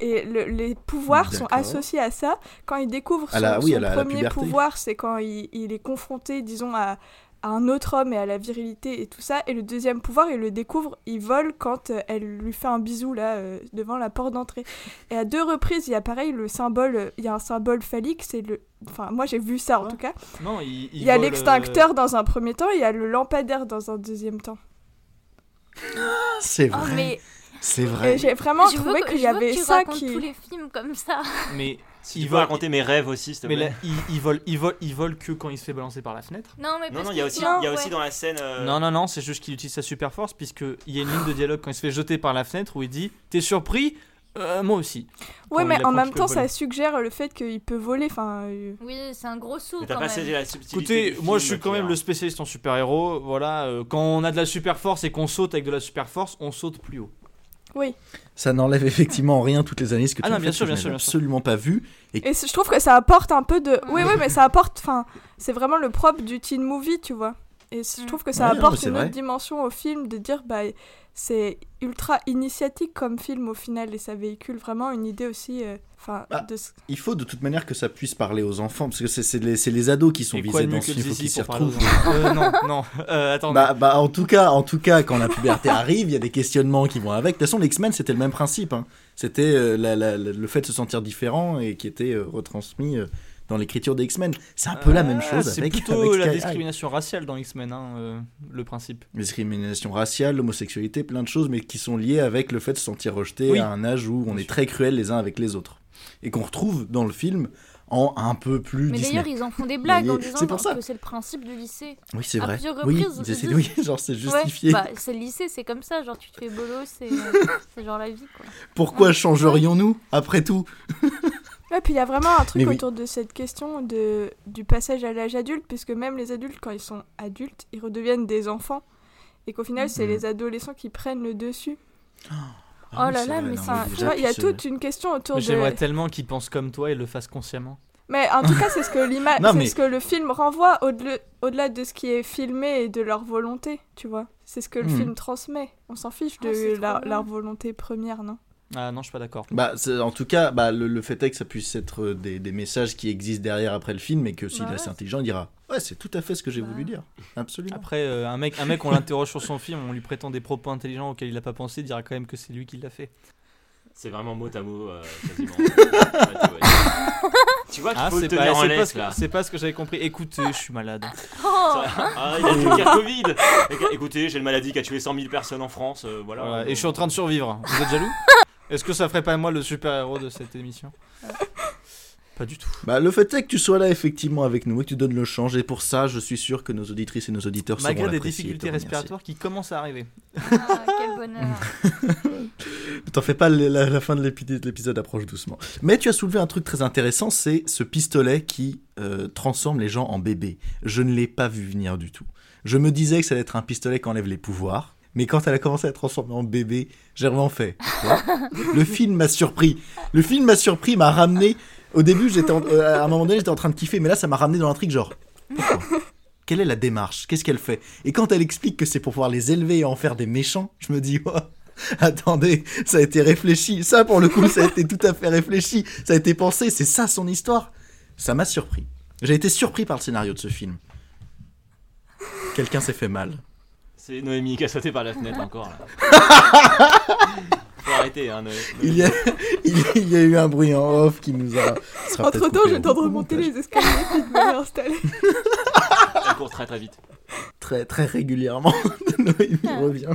Et le- les pouvoirs sont D'accord. associés à ça. Quand il découvre son, À la- oui, son à la- à la premier puberté. pouvoir, c'est quand il, il est confronté, disons, à, à un autre homme et à la virilité et tout ça. Et le deuxième pouvoir, il le découvre, il vole quand euh, elle lui fait un bisou là euh, devant la porte d'entrée. Et à deux reprises, il y a pareil le symbole, euh, il y a un symbole phallique, c'est le. Enfin, moi j'ai vu ça en Ouais. tout cas. Non, ils- ils Il y a volent, euh, l'extincteur dans un premier temps, il y a le lampadaire dans un deuxième temps. Ah, C'est Oh, vrai, mais c'est Et vrai. j'ai vraiment je veux trouvé que, qu'il je y veux avait que tu ça racontes qui. tous les films comme ça. Mais Si ils tu veux volent- raconter mes rêves aussi, s'il te Mais là, plaît. ils, ils volent, ils volent, ils volent que quand il se fait balancer par la fenêtre. Non, mais Non, parce non, il y a que aussi, sinon, il y a aussi ouais. dans la scène. euh, Non, non, non, c'est juste qu'il utilise sa super force, puisqu'il y a une ligne de dialogue quand il se fait jeter par la fenêtre où il dit T'es surpris Euh, Moi aussi. Ouais, Quand il mais apprend en qu'il même peut temps, voler. ça suggère le fait qu'il peut voler. Enfin, euh, Oui, c'est un gros saut mais T'as quand pas même. saisi la subtilité. Écoutez, du moi je film, suis quand Pierre. même le spécialiste en super-héros. Voilà, euh, quand on a de la super force et qu'on saute avec de la super force, on saute plus haut. oui. Ça n'enlève effectivement en rien toutes les analyses que tu Ah as non, faites, bien sûr, que bien je sûr, n'avais bien sûr. absolument pas vu. Et c- je trouve que ça apporte un peu de. Oui, oui, mais ça apporte. Enfin, c'est vraiment le propre du teen movie, tu vois. Et Mm. c- je trouve que ça Ouais, non, mais apporte c'est une vrai. autre dimension au film de dire bah c'est ultra initiatique comme film au final et ça véhicule vraiment une idée aussi euh, enfin Bah, de ce- Il faut de toute manière que ça puisse parler aux enfants, parce que c'est- c'est les, c'est les ados qui sont Et quoi visés de mieux dans que ce le film, faut qu'ils zizi s'y pour parler aux retrouvent. enfants Euh, Non, non, [laughs] euh, attendez. Bah, bah, en tout cas, en tout cas, quand la puberté [laughs] arrive, il y a des questionnements qui vont avec. De toute façon, les X-Men, c'était le même principe. hein. C'était euh, la- la- la- le fait de se sentir différent et qui était euh, retransmis euh, dans l'écriture des X-Men. C'est un peu la même Ah, chose C'est avec, plutôt avec la Sky High. discrimination raciale dans X-Men, hein, euh, le principe. Discrimination raciale, l'homosexualité, plein de choses, mais qui sont liées avec le fait de se sentir rejeté Oui. à un âge où on est très cruel les uns avec les autres. Et qu'on retrouve dans le film en un peu plus Mais Disney. d'ailleurs, ils en font des blagues en Mais disant c'est pour ça. que c'est le principe du lycée. Oui, c'est à vrai. plusieurs oui, reprises, ils ils essaient- disent- oui, [laughs] genre c'est justifié. Ouais, bah, c'est le lycée, c'est comme ça. Genre, tu te fais bolo, [laughs] c'est euh, c'est genre la vie. Quoi. Pourquoi changerions-nous après tout Oh Ouais, puis il y a vraiment un truc Mais oui. autour de cette question de, du passage à l'âge adulte, puisque même les adultes, quand ils sont adultes, ils redeviennent des enfants. Et qu'au final, c'est Mhm. les adolescents qui prennent le dessus. Ah Oh là là, mais Enfin, tu vois, il y a toute une question autour Mais J'aimerais de. tellement qu'ils pensent comme toi et le fassent consciemment. Mais en tout cas, c'est ce que [laughs] l'image, Non, c'est mais- ce que le film renvoie au-delà au-delà de ce qui est filmé et de leur volonté, tu vois. C'est ce que le Mhm. film transmet. On s'en fiche Ah, c'est de trop la- bien. leur volonté première, non Ah non, je suis pas d'accord. Bah, c'est- en tout cas, bah, le, le fait est que ça puisse être euh, des, des messages qui existent derrière après le film et que s'il Bah est ouais. assez intelligent, il dira Ouais, c'est tout à fait ce que Bah j'ai voulu dire. Absolument. Après, euh, un mec, un mec, on l'interroge sur son film, on lui prétend des propos intelligents auxquels il n'a pas pensé, il dira quand même que c'est lui qui l'a fait. C'est vraiment mot à [laughs] mot, euh, quasiment. Ouais, ouais. tu vois qu'il Ah, faut le c'est tenir pas, c'est en pas laisse, ce que- là. c'est pas ce que j'avais compris. Écoutez, je suis malade. Oh, Ah, il a le truc à Covid Éc- Écoutez, j'ai une maladie qui a tué 100 000 personnes en France, euh, voilà. Voilà, et je suis en train de survivre. Vous êtes jaloux Est-ce que ça ferait pas moi le super-héros de cette émission Pas du tout. Bah, le fait est que tu sois là effectivement avec nous et que tu donnes le change, et pour ça, je suis sûr que nos auditrices et nos auditeurs Malgré sauront des l'apprécier et te difficultés remercier. respiratoires qui commencent à arriver. Ah, quel [laughs] bonheur. T'en fais pas, la, la- la fin de l'épi- de l'épisode approche doucement. Mais tu as soulevé un truc très intéressant, c'est ce pistolet qui euh, transforme les gens en bébés. Je ne l'ai pas vu venir du tout. Je me disais que ça allait être un pistolet qui enlève les pouvoirs, mais quand elle a commencé à être transformée en bébé, j'ai vraiment fait. Quoi Le film m'a surpris. Le film m'a surpris, m'a ramené. Au début, j'étais en- euh, à un moment donné, j'étais en train de kiffer, mais là, ça m'a ramené dans l'intrigue, genre. Pourquoi Quelle est la démarche Qu'est-ce qu'elle fait Et quand elle explique que c'est pour pouvoir les élever et en faire des méchants, je me dis, oh, Attendez, ça a été réfléchi. Ça, pour le coup, ça a été tout à fait réfléchi. Ça a été pensé. C'est ça son histoire. Ça m'a surpris. J'ai été surpris par le scénario de ce film. Quelqu'un s'est fait mal. C'est Noémie qui a sauté par la fenêtre [laughs] encore, là. Faut arrêter, hein, Noé- Noémie. Il y a, [laughs] il, il y a eu un bruit en off qui nous a. sera Ah, peut-être Entre temps, coupé j'étais en train de au monter montage. les escaliers et de me réinstaller. Elle court très très vite. Très, très régulièrement. [laughs] Noémie Ah. revient.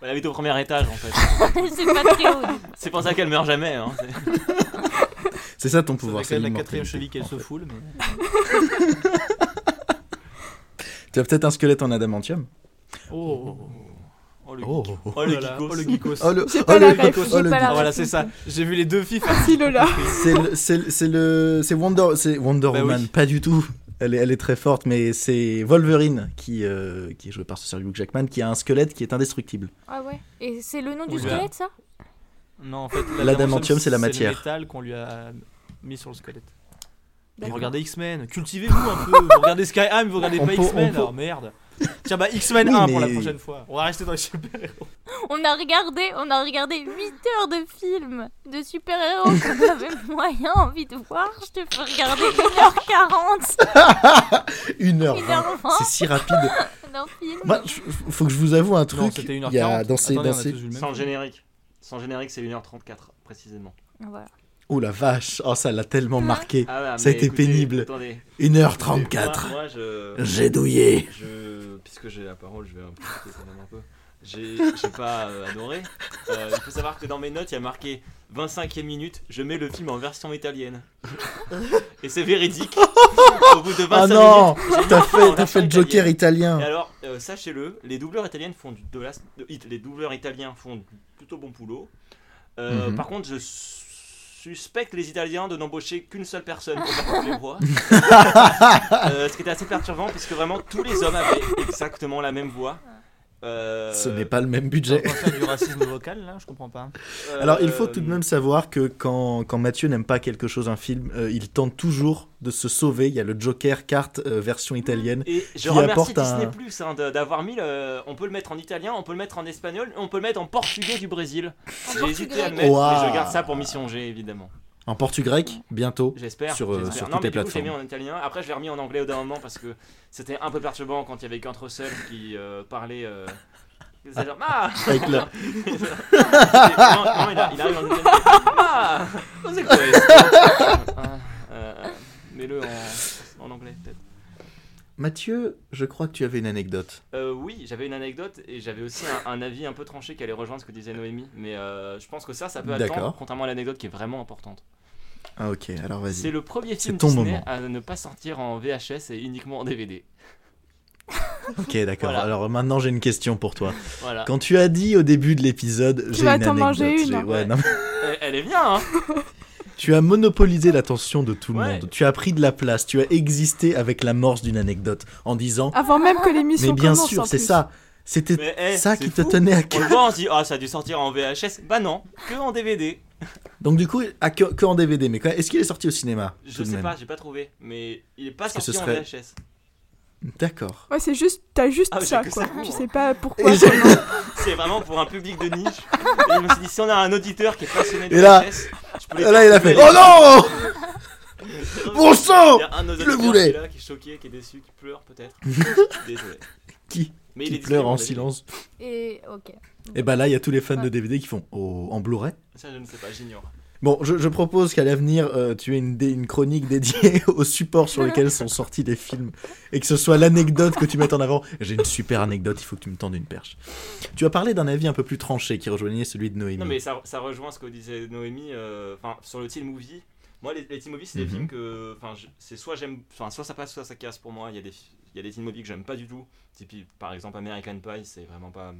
Elle habite au premier étage, en fait. Ah, c'est pas très haut. C'est pour ça qu'elle meurt jamais, hein. c'est- C'est ça ton C'est pouvoir. la l'immortalité, quatrième cheville qu'elle en se fait. foule. mais- Tu as peut-être un squelette en adamantium. Oh, oh, oh. Oh, le Oh. geek. Oh, Oh, le là là, geekos. oh, le geekos. Oh le. J'ai oh, pas le la geekos, ref, oh, j'ai le pas la Ah, Ah, geekos. voilà, c'est ça. J'ai vu les deux filles faire Si Lola. [laughs] C'est le, c'est le, c'est le- c'est Wonder, c'est Wonder Bah Woman, oui. pas du tout. Elle est, elle est très forte, mais c'est Wolverine qui, euh, qui est joué par ce Luke Jackman, qui a un squelette qui est indestructible. Ah ouais. Et c'est le nom du Oula. squelette, ça Non, en fait, L'adamantium, c'est la C'est matière. le métal qu'on lui a mis sur le squelette. Et D'accord. regardez X-Men, cultivez-vous un peu. Vous regardez Sky High, mais vous regardez On pas peut- on X-Men, peut- alors merde. Tiens, bah X-Men Oui, 1 pour la mais- prochaine fois. On va rester dans les super-héros. On a regardé, on a regardé 8 heures de films [laughs] de super-héros qu'on avait moyen envie de voir. Je te fais regarder 1h40 1h20, 1h20. c'est si rapide. d'un film. Moi, je- faut que je vous avoue un truc. Non, c'était 1h40. il y a dans ces, Attendez, dans on a ces- tous eu le même. Sans générique. Sans générique, c'est 1h34, précisément. Voilà. Oh la vache, oh, ça l'a tellement marqué. Ah, ouais, Ça a mais été écoutez, pénible. Attendez. 1h34, Moi, moi, je... j'ai douillé. Je, puisque j'ai la parole, je vais un peu quand même un peu. J'ai j'ai pas euh, adoré. Euh, il faut savoir que dans mes notes, il y a marqué 25e minute, je mets le film en version italienne. Et c'est véridique. Au bout de 25 Ah non, minutes, j'ai mis t'as le film en fait, t'as version fait le Joker italienne. Et italien. alors, euh, sachez-le, les doubleurs italiennes font du, de la- de- it- les doubleurs italiens font du plutôt bon boulot. Euh, Mhm. Par contre, je su- suspecte les Italiens de n'embaucher qu'une seule personne pour faire toutes [laughs] les voix. Euh, ce qui était assez perturbant puisque vraiment tous les hommes avaient exactement la même voix. Euh, Ce n'est pas le même budget. On va faire du racisme vocal là, je comprends pas. euh, Alors, il faut tout de même savoir que quand, quand Mathieu n'aime pas quelque chose, un film, euh, il tente toujours de se sauver. Il y a le Joker carte euh, version italienne. Et je qui remercie apporte Disney un- Plus hein, de- d'avoir mis le. On peut le mettre en italien, on peut le mettre en espagnol, et on peut le mettre en portugais du Brésil. J'ai hésité à le portugais. mettre, mais Ouah. je garde ça pour Mission G évidemment. En portugais, bientôt. J'espère. Sur, euh, j'espère. sur non, toutes mais les du coup, j'ai mis plateformes. en italien. Après, je l'ai remis en anglais au dernier moment parce que c'était un peu perturbant quand il y avait qu'un Russell qui euh, parlait. euh, c'est genre, [laughs] ah Avec la- non, non, il, a- il arrive en italien. Ah Oh, C'est quoi ça Ah, euh, Mets-le en, en anglais, peut-être. Mathieu, je crois que tu avais une anecdote. Euh, oui, j'avais une anecdote et j'avais aussi un, un avis un peu tranché qui allait rejoindre ce que disait Noémie. Mais euh, je pense que ça, ça peut attendre, D'accord. contrairement à l'anecdote qui est vraiment importante. Ah, ok, alors C'est vas-y. le premier C'est film ton Disney moment. à ne pas sortir en VHS et uniquement en DVD. Ok, d'accord. Voilà. Alors maintenant, j'ai une question pour toi. Voilà. Quand tu as dit au début de l'épisode, j'ai une vas anecdote. t'en manger une, j'ai- hein. ouais, non, Elle, elle est bien, hein Tu as monopolisé l'attention de tout le Ouais. monde. Tu as pris de la place. Tu as existé avec l'amorce d'une anecdote en disant Avant même que l'émission Mais bien Ah, commence. en sûr, c'est plus. ça. C'était Mais, eh, ça c'est qui te fou. tenait à On le cœur. voit, on se dit, ah, ça a dû sortir en VHS. Bah non, que en DVD. Donc, du coup, à que, que en DVD. Mais quoi, est-ce qu'il est sorti au cinéma Je tout de sais même pas, j'ai pas trouvé. Mais il est pas Parce que sorti ce en serait- VHS. D'accord. Ouais, c'est juste, t'as juste Ah, mais ça, j'ai que quoi. ça, moi. Tu sais pas pourquoi. Et j'ai- [laughs] C'est vraiment pour un public de niche. Et je me suis dit, si on a un auditeur qui est passionné de Et là- VHS, je peux les Là, il a fait trouver. Oh non Bon sang Il y a un de nos Je auditeurs le voulais. qui est là, qui est choqué, qui est déçu, qui [laughs] pleure peut-être. Désolé. Qui, Mais qui est pleure disponible en DVD. silence. Et ok. Et bah là, il y a tous les fans de DVD qui font Oh, en Blu-ray. Ça, je ne sais pas, j'ignore. Bon, je, je propose qu'à l'avenir, euh, tu aies une, dé- une chronique dédiée [laughs] au support sur lequel sont sortis les films et que ce soit l'anecdote que tu mettes en avant. J'ai une super anecdote, il faut que tu me tendes une perche. Tu as parlé d'un avis un peu plus tranché qui rejoignait celui de Noémie. Non, mais ça, ça rejoint ce que disait Noémie euh, enfin, sur le teen movie. Moi, les, les teen movies, c'est des Mhm. films que. Enfin, je- c'est soit j'aime. Enfin, soit ça passe, soit ça casse pour moi. Il y a des, fi- il y a des teen movies que j'aime pas du tout. Typique, par exemple, American Pie, c'est vraiment pas.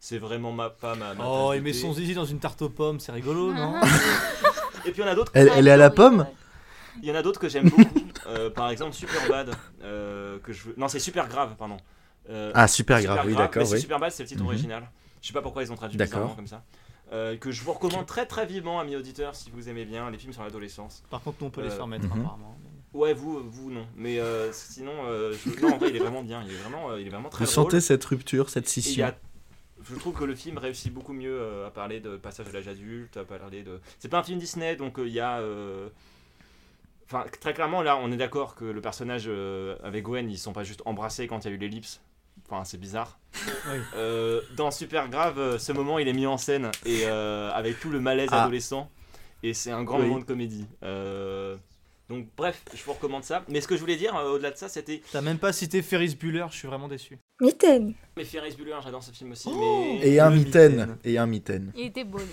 C'est vraiment ma, pas ma. ma Oh, tasse il de met thé. son zizi dans une tarte aux pommes, c'est rigolo, [laughs] non Ah, Et puis, il y en a d'autres Oh, Elle, elle est à la pomme Il y en a d'autres que j'aime [laughs] beaucoup. Euh, par exemple, Superbad. euh, que je veux- Non, c'est super grave, pardon. Euh, Ah, super grave, oui, d'accord, oui. Super Bad, c'est le titre Mhm. original. Je sais pas pourquoi ils ont traduit D'accord. bizarrement comme ça. Euh, que je vous recommande très très vivement, amis auditeurs, si vous aimez bien les films sur l'adolescence. Par contre, nous on peut les Euh, faire mettre mhm. apparemment. mais- Ouais, vous, vous non. Mais euh, sinon, euh, je- non, en vrai, il est vraiment bien. Il est vraiment, euh, il est vraiment très Vous drôle. sentez cette rupture, cette Et il y scission a- Je trouve que le film réussit beaucoup mieux euh, à parler de passage de l'âge adulte, à parler de. C'est pas un film Disney, donc euh, il y a. euh, Enfin, très clairement, là, on est d'accord que le personnage euh, avec Gwen, ils sont pas juste embrassés quand il y a eu l'ellipse. Enfin, c'est bizarre. Oui. Euh, dans Super Grave, euh, ce moment, il est mis en scène et euh, avec tout le malaise Ah. adolescent. Et c'est un grand Oui. moment de comédie. Euh, donc, bref, je vous recommande ça. Mais ce que je voulais dire, euh, au-delà de ça, c'était. T'as même pas cité Ferris Bueller, je suis vraiment déçu. Mitaine. Mais Ferris Bueller, j'adore ce film aussi. mais... Oh Et un Le mitaine. mitaine. Et un mitaine. Il était beau. lui.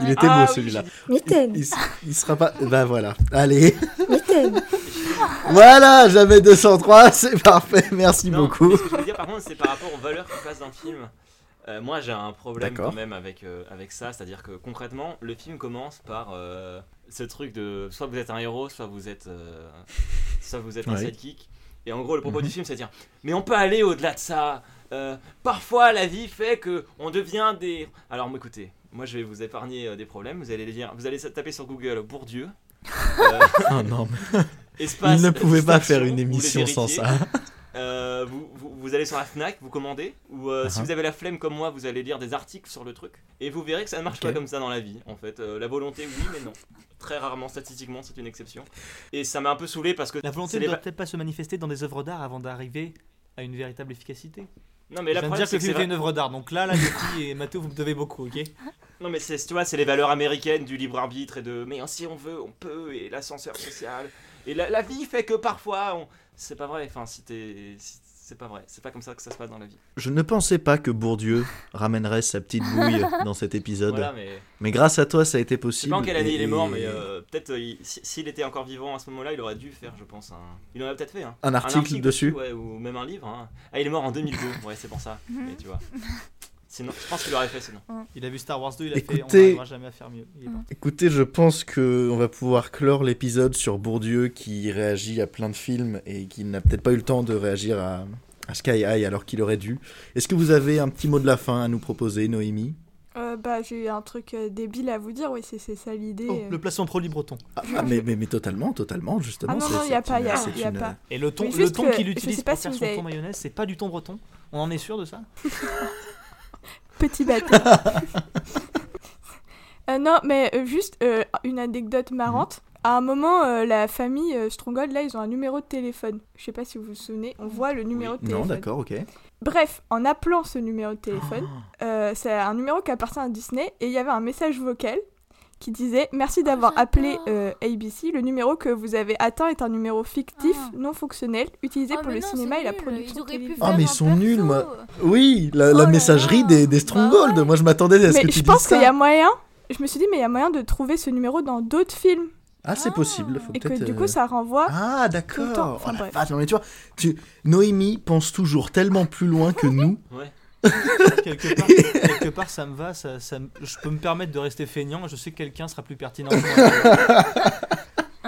Il Ouais. était Ah beau oui, celui-là. Mitaine. Il, s- il sera pas. Bah voilà. Allez. [laughs] Mitaine. Voilà, j'avais 203, c'est parfait. Merci Non, beaucoup. [laughs] mais Ce que je veux dire par contre, c'est par rapport aux valeurs qui passent dans le film. Euh, moi, j'ai un problème D'accord. quand même avec, euh, avec ça, c'est-à-dire que concrètement, le film commence par euh, ce truc de soit vous êtes un héros, soit vous êtes, euh, soit vous êtes un Ouais. sidekick. Et en gros, le propos Mhm. du film, c'est de dire mais on peut aller au-delà de ça. Euh, parfois, la vie fait que on devient des. Alors, écoutez, moi, je vais vous épargner euh, des problèmes. Vous allez les lire, vous allez taper sur Google Bourdieu. euh, Ah non, mais espace, il ne pouvait pas distinction, faire une ou les émission sans héritiers. ça. [laughs] Euh, vous, vous- vous allez sur la FNAC, vous commandez, ou euh, si Uh-huh. vous avez la flemme comme moi, vous allez lire des articles sur le truc, et vous verrez que ça ne marche Ok. pas comme ça dans la vie, en fait. Euh, la volonté, oui, mais non. Très rarement, statistiquement, c'est une exception. Et ça m'a un peu saoulé parce que... La volonté c'est ne les doit va- peut-être pas se manifester dans des œuvres d'art avant d'arriver à une véritable efficacité. Non, Je mais la viens de problème, dire que c'est le que c'est film va- fait une œuvre d'art, donc là, là, Yuki et Mathéo, vous me devez beaucoup, ok Non, mais c'est, tu vois, c'est les valeurs américaines du libre-arbitre et de... Mais hein, si on veut, on peut, et l'ascenseur social. Et la, la vie fait que parfois, on... C'est pas vrai, enfin, si t'es... si- C'est pas vrai, c'est pas comme ça que ça se passe dans la vie. Je ne pensais pas que Bourdieu ramènerait sa petite [laughs] bouille dans cet épisode. Voilà, mais... Mais grâce à toi, ça a été Je possible. sais pas en quelle année Et- il est mort, mais et euh, peut-être euh, il- si- s'il était encore vivant à ce moment-là, il aurait dû faire, je pense. un- Il en aurait peut-être fait. hein. Un article dessus. ouais, ou même un livre. hein. Ah, il est mort en 2002, ouais, c'est [laughs] pour ça. Mhm. Mais tu vois. Sinon, je pense qu'il aurait fait sinon. Il a vu Star Wars 2, il a fait Écoutez- on n'arrivera jamais à faire mieux. Il est parti. Écoutez, je pense que on va pouvoir clore l'épisode sur Bourdieu qui réagit à plein de films et qui n'a peut-être pas eu le temps de réagir à, à Sky High alors qu'il aurait dû. Est-ce que vous avez un petit mot de la fin à nous proposer, Noémie Euh, bah, j'ai un truc euh, débile à vous dire, oui, c'est c'est ça l'idée. Oh, euh. le placement pro libre ton. ah, ah, mais, mais, mais totalement, totalement, justement. Ah non, c'est- non, c'est y a pas, une- y a- c'est y a une- pas. Et le ton, Mais le juste ton que- qu'il je sais utilise pas pour si faire vous son avez- ton mayonnaise, c'est pas du ton breton. On en est sûr [laughs] de ça Petit bâtard. Euh, non, mais euh, juste euh, une anecdote marrante. À un moment, euh, la famille euh, Stronghold, là, ils ont un numéro de téléphone. Je sais pas si vous vous souvenez, on voit le numéro de euh, Non, téléphone. d'accord, Ah. ok. Bref, en appelant ce numéro de téléphone, euh, c'est un numéro qui appartient à Disney et il y avait un message vocal qui disait Merci Oh, d'avoir appelé euh, ABC. Le numéro que vous avez atteint est un numéro fictif, Ah. non fonctionnel, utilisé Ah, pour mais le non, cinéma c'est et la nul, ils production auraient pu télévisée. faire Ah, mais ils un sont nuls, perso. euh, moi. Oui, la, la Oh là messagerie là. des, des Stronghold. Moi, je m'attendais à ce Bah Mais que tu je dises pense ça. qu'il y a moyen. Je me suis dit, mais il y a moyen de trouver ce numéro dans d'autres films. Ah, c'est possible. Faut Et que peut-être, du euh, coup, ça renvoie. Ah, tout le d'accord. temps. Oh Enfin, la bref. vache, non, mais tu vois, tu... Noémie pense toujours tellement plus loin que nous. Ouais. quelque, part, quelque part, ça me va. Ça, ça me- je peux me permettre de rester feignant. Je sais que quelqu'un sera plus pertinent. que moi. [laughs]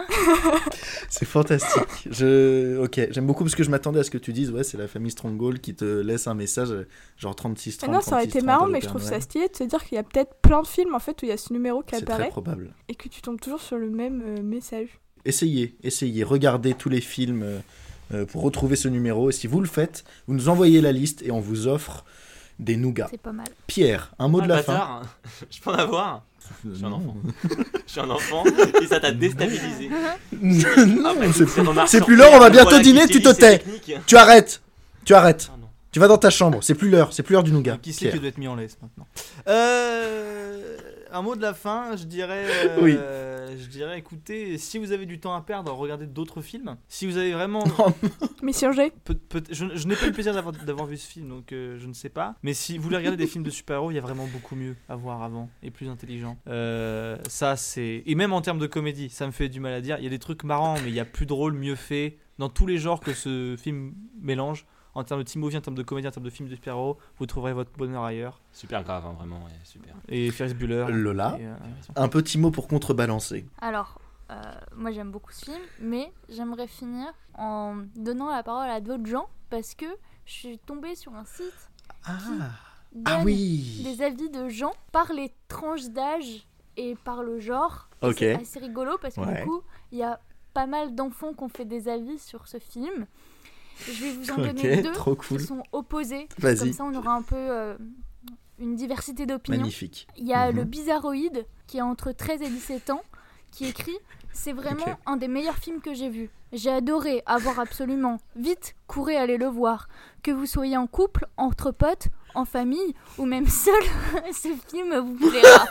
C'est fantastique. Je... Ok, j'aime beaucoup parce que je m'attendais à ce que tu dises. Ouais, c'est la famille Stronghold qui te laisse un message, euh, genre 36 Ah 30 non, ça aurait 36, été 30, marrant, le mais je Père trouve ça Noël. stylé de se dire qu'il y a peut-être plein de films en fait où il y a ce numéro qui C'est très apparaît probable. et que tu tombes toujours sur le même euh, message. Essayez, essayez, regardez tous les films euh, euh, pour retrouver ce numéro. Et si vous le faites, vous nous envoyez la liste et on vous offre des nougats. C'est pas mal. Pierre, un mot Ah, de la fin. bâtard. [laughs] Je peux en avoir Je suis un Non. enfant. Je suis un enfant [laughs] et ça t'a déstabilisé. non, [laughs] bah, c'est écoute, plus, remarque, c'est sur- plus l'heure, on va bientôt voilà qui dîner, tu te utilise ces tais. techniques. Tu arrêtes, tu arrêtes. Ah non. Tu vas dans ta chambre, c'est plus l'heure, c'est plus l'heure du nougat. Qui sait Pierre. qui doit être mis en laisse maintenant Euh, Un mot de la fin, je dirais. euh, Oui. Je dirais, écoutez, si vous avez du temps à perdre, regardez d'autres films. Si vous avez vraiment Mais si j'ai Peut- peut- je je n'ai pas eu le plaisir d'avoir- d'avoir vu ce film, donc euh, je ne sais pas. Mais si vous voulez regarder des films de super-héros, il y a vraiment beaucoup mieux à voir avant et plus intelligent. Euh, ça, c'est. Et même en termes de comédie, ça me fait du mal à dire. Il y a des trucs marrants, mais il y a plus drôle, mieux fait. Dans tous les genres que ce film mélange, en termes de team movie, en termes de comédie, en termes de films de super-héros, vous trouverez votre bonheur ailleurs. Super grave, hein, vraiment, ouais, [laughs] super. Et Ferris Bueller. Lola, et, euh, un petit mot pour contrebalancer. Alors, euh, moi j'aime beaucoup ce film, mais j'aimerais finir en donnant la parole à d'autres gens parce que je suis tombée sur un site Ah, qui ah donne oui. des avis de gens par les tranches d'âge et par le genre. Et Ok. C'est assez rigolo parce que Ouais. du coup, il y a pas mal d'enfants qui ont fait des avis sur ce film. Je vais vous en donner Ok, deux trop qui cool. sont opposés. Comme Vas-y, ça, on aura un peu euh, une diversité d'opinions. magnifique. Il y a Mhm. le Bizarroïde qui a entre 13 et 17 ans qui écrit C'est vraiment Ok. un des meilleurs films que j'ai vu. J'ai adoré avoir absolument. Vite, courez aller le voir. Que vous soyez en couple, entre potes, en famille ou même [laughs] seul, ce film vous plaira.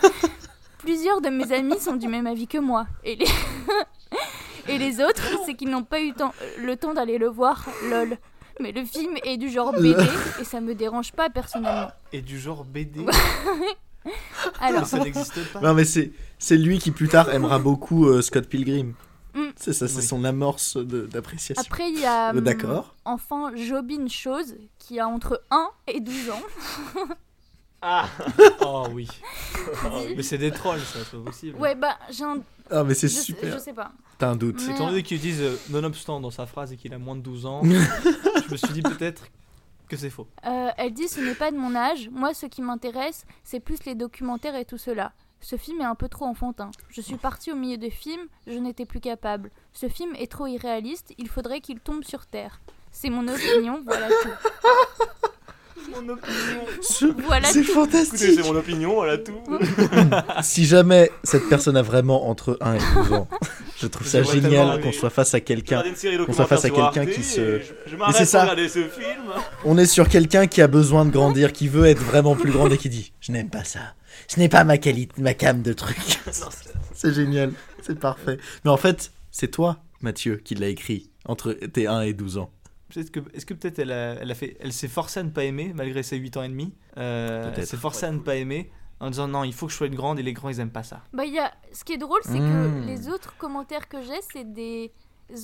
Plusieurs de mes amis sont du même avis que moi. Et les, [laughs] et les autres, c'est qu'ils n'ont pas eu temps- le temps d'aller le voir. Lol. Mais le film est du [laughs] genre BD et ça me dérange pas personnellement. et du genre BD. Alors, ça n'existe pas. Non mais c'est c'est lui qui plus tard aimera beaucoup euh, Scott Pilgrim. Mm. C'est ça, c'est Oui. son amorce de- d'appréciation. Après, il y a. Euh, D'accord. Enfin, Jobin Chose, qui a entre 1 et [laughs] 12 ans. Ah Oh oui. dit- Mais c'est des trolls, ça, c'est pas possible. Ouais, bah, j'ai un. Ah mais c'est Je, super. je Hum. sais pas. T'as un doute. Mais- Étant donné qu'ils disent euh, nonobstant dans sa phrase et qu'il a moins de 12 ans, je me suis dit peut-être que c'est faux. Euh, elle dit ce n'est pas de mon âge. Moi, ce qui m'intéresse, c'est plus les documentaires et tout cela. Ce film est un peu trop enfantin. Je suis partie au milieu des films, je n'étais plus capable. Ce film est trop irréaliste, il faudrait qu'il tombe sur terre. C'est mon opinion, voilà tout. Ce- [laughs] Voilà c'est tout. Écoutez, fantastique. c'est mon opinion, voilà tout. Si jamais cette personne a vraiment entre 1 et 12 [laughs] ans, je trouve ça Je vois tellement génial qu'on les- soit face à quelqu'un. Regardez une série soit face à documentaire sur quelqu'un qui Arte se- et Je, je c'est m'arrête ça. pour regarder ce film. On est sur quelqu'un qui a besoin de grandir, qui veut être vraiment plus grand et qui dit "Je n'aime pas ça. Ce n'est pas ma qualité, ma cam de truc." [laughs] Non, c'est- C'est génial, c'est parfait. Mais en fait, c'est toi, Mathieu, qui l'a écrit entre tes 1 et 12 ans. Peut-être que, est-ce que peut-être elle, a- elle a fait, elle s'est forcée à ne pas aimer malgré ses 8 ans et demi. Euh, Peut-être. elle s'est forcée à ne pas aimer en disant non, il faut que je sois une grande et les grands ils aiment pas ça. Bah, il y a... Ce qui est drôle, c'est Mm. Hmm. que les autres commentaires que j'ai, c'est des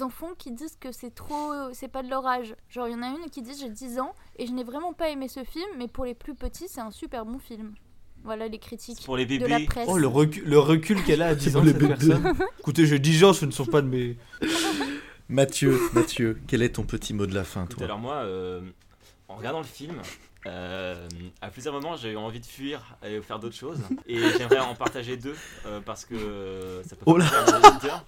enfants qui disent que c'est trop. C'est pas de leur âge. Genre, il y en a une qui dit J'ai 10 ans et je n'ai vraiment pas aimé ce film, mais pour les plus petits, c'est un super bon film. Voilà les critiques Pour les de bébés. la presse. Oh le recul, le recul qu'elle a à 10 ans le [laughs] cette bébé. personne. Écoutez, j'ai 10 ans, ce ne sont pas de mes. Mathieu, Mathieu, quel est ton petit mot de la fin, Écoute, toi alors moi, euh, en regardant le film, euh, à plusieurs moments, j'ai eu envie de fuir et faire d'autres choses. Et j'aimerais en partager deux euh, parce que euh, ça peut Oh là faire plaisir aux auditeurs.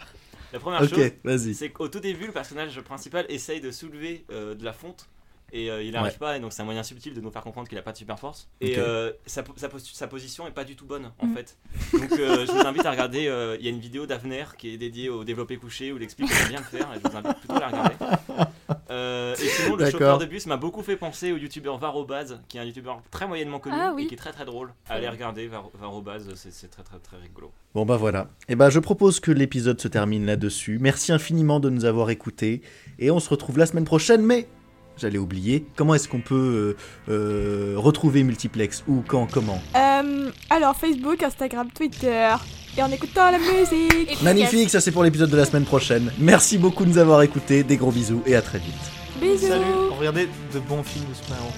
La première Ok, vas-y. chose, c'est qu'au tout début, le personnage principal essaye de soulever euh, de la fonte. Et euh, il n'arrive Ouais. pas, et donc c'est un moyen subtil de nous faire comprendre qu'il n'a pas de super force. Et Ok. euh, sa, po- sa postu- sa position est pas du tout bonne, en Mm. fait. Donc euh, je vous invite à regarder, euh, il y a une vidéo d'Avener qui est dédiée au développé couché où il explique comment bien le faire, et je vous invite plutôt à la regarder. Euh, et sinon, le D'accord. chauffeur de bus m'a beaucoup fait penser au youtubeur Varobaz, qui est un youtubeur très moyennement connu Ah oui. et qui est très très drôle. Allez regarder Var- Varobaz, c'est c'est très très très rigolo. Bon bah voilà. Et ben je propose que l'épisode se termine là-dessus. Merci infiniment de nous avoir écoutés et on se retrouve la semaine prochaine. Mais j'allais oublier. Comment est-ce qu'on peut euh, euh, retrouver Multiplex où, quand, comment Euh, alors, Facebook, Instagram, Twitter. Et en écoutant la musique. Efficace. Magnifique. Ça c'est pour l'épisode de la semaine prochaine. Merci beaucoup de nous avoir écoutés. Des gros bisous et à très vite. Bisous. Salut, regardez de bons films de super-héros.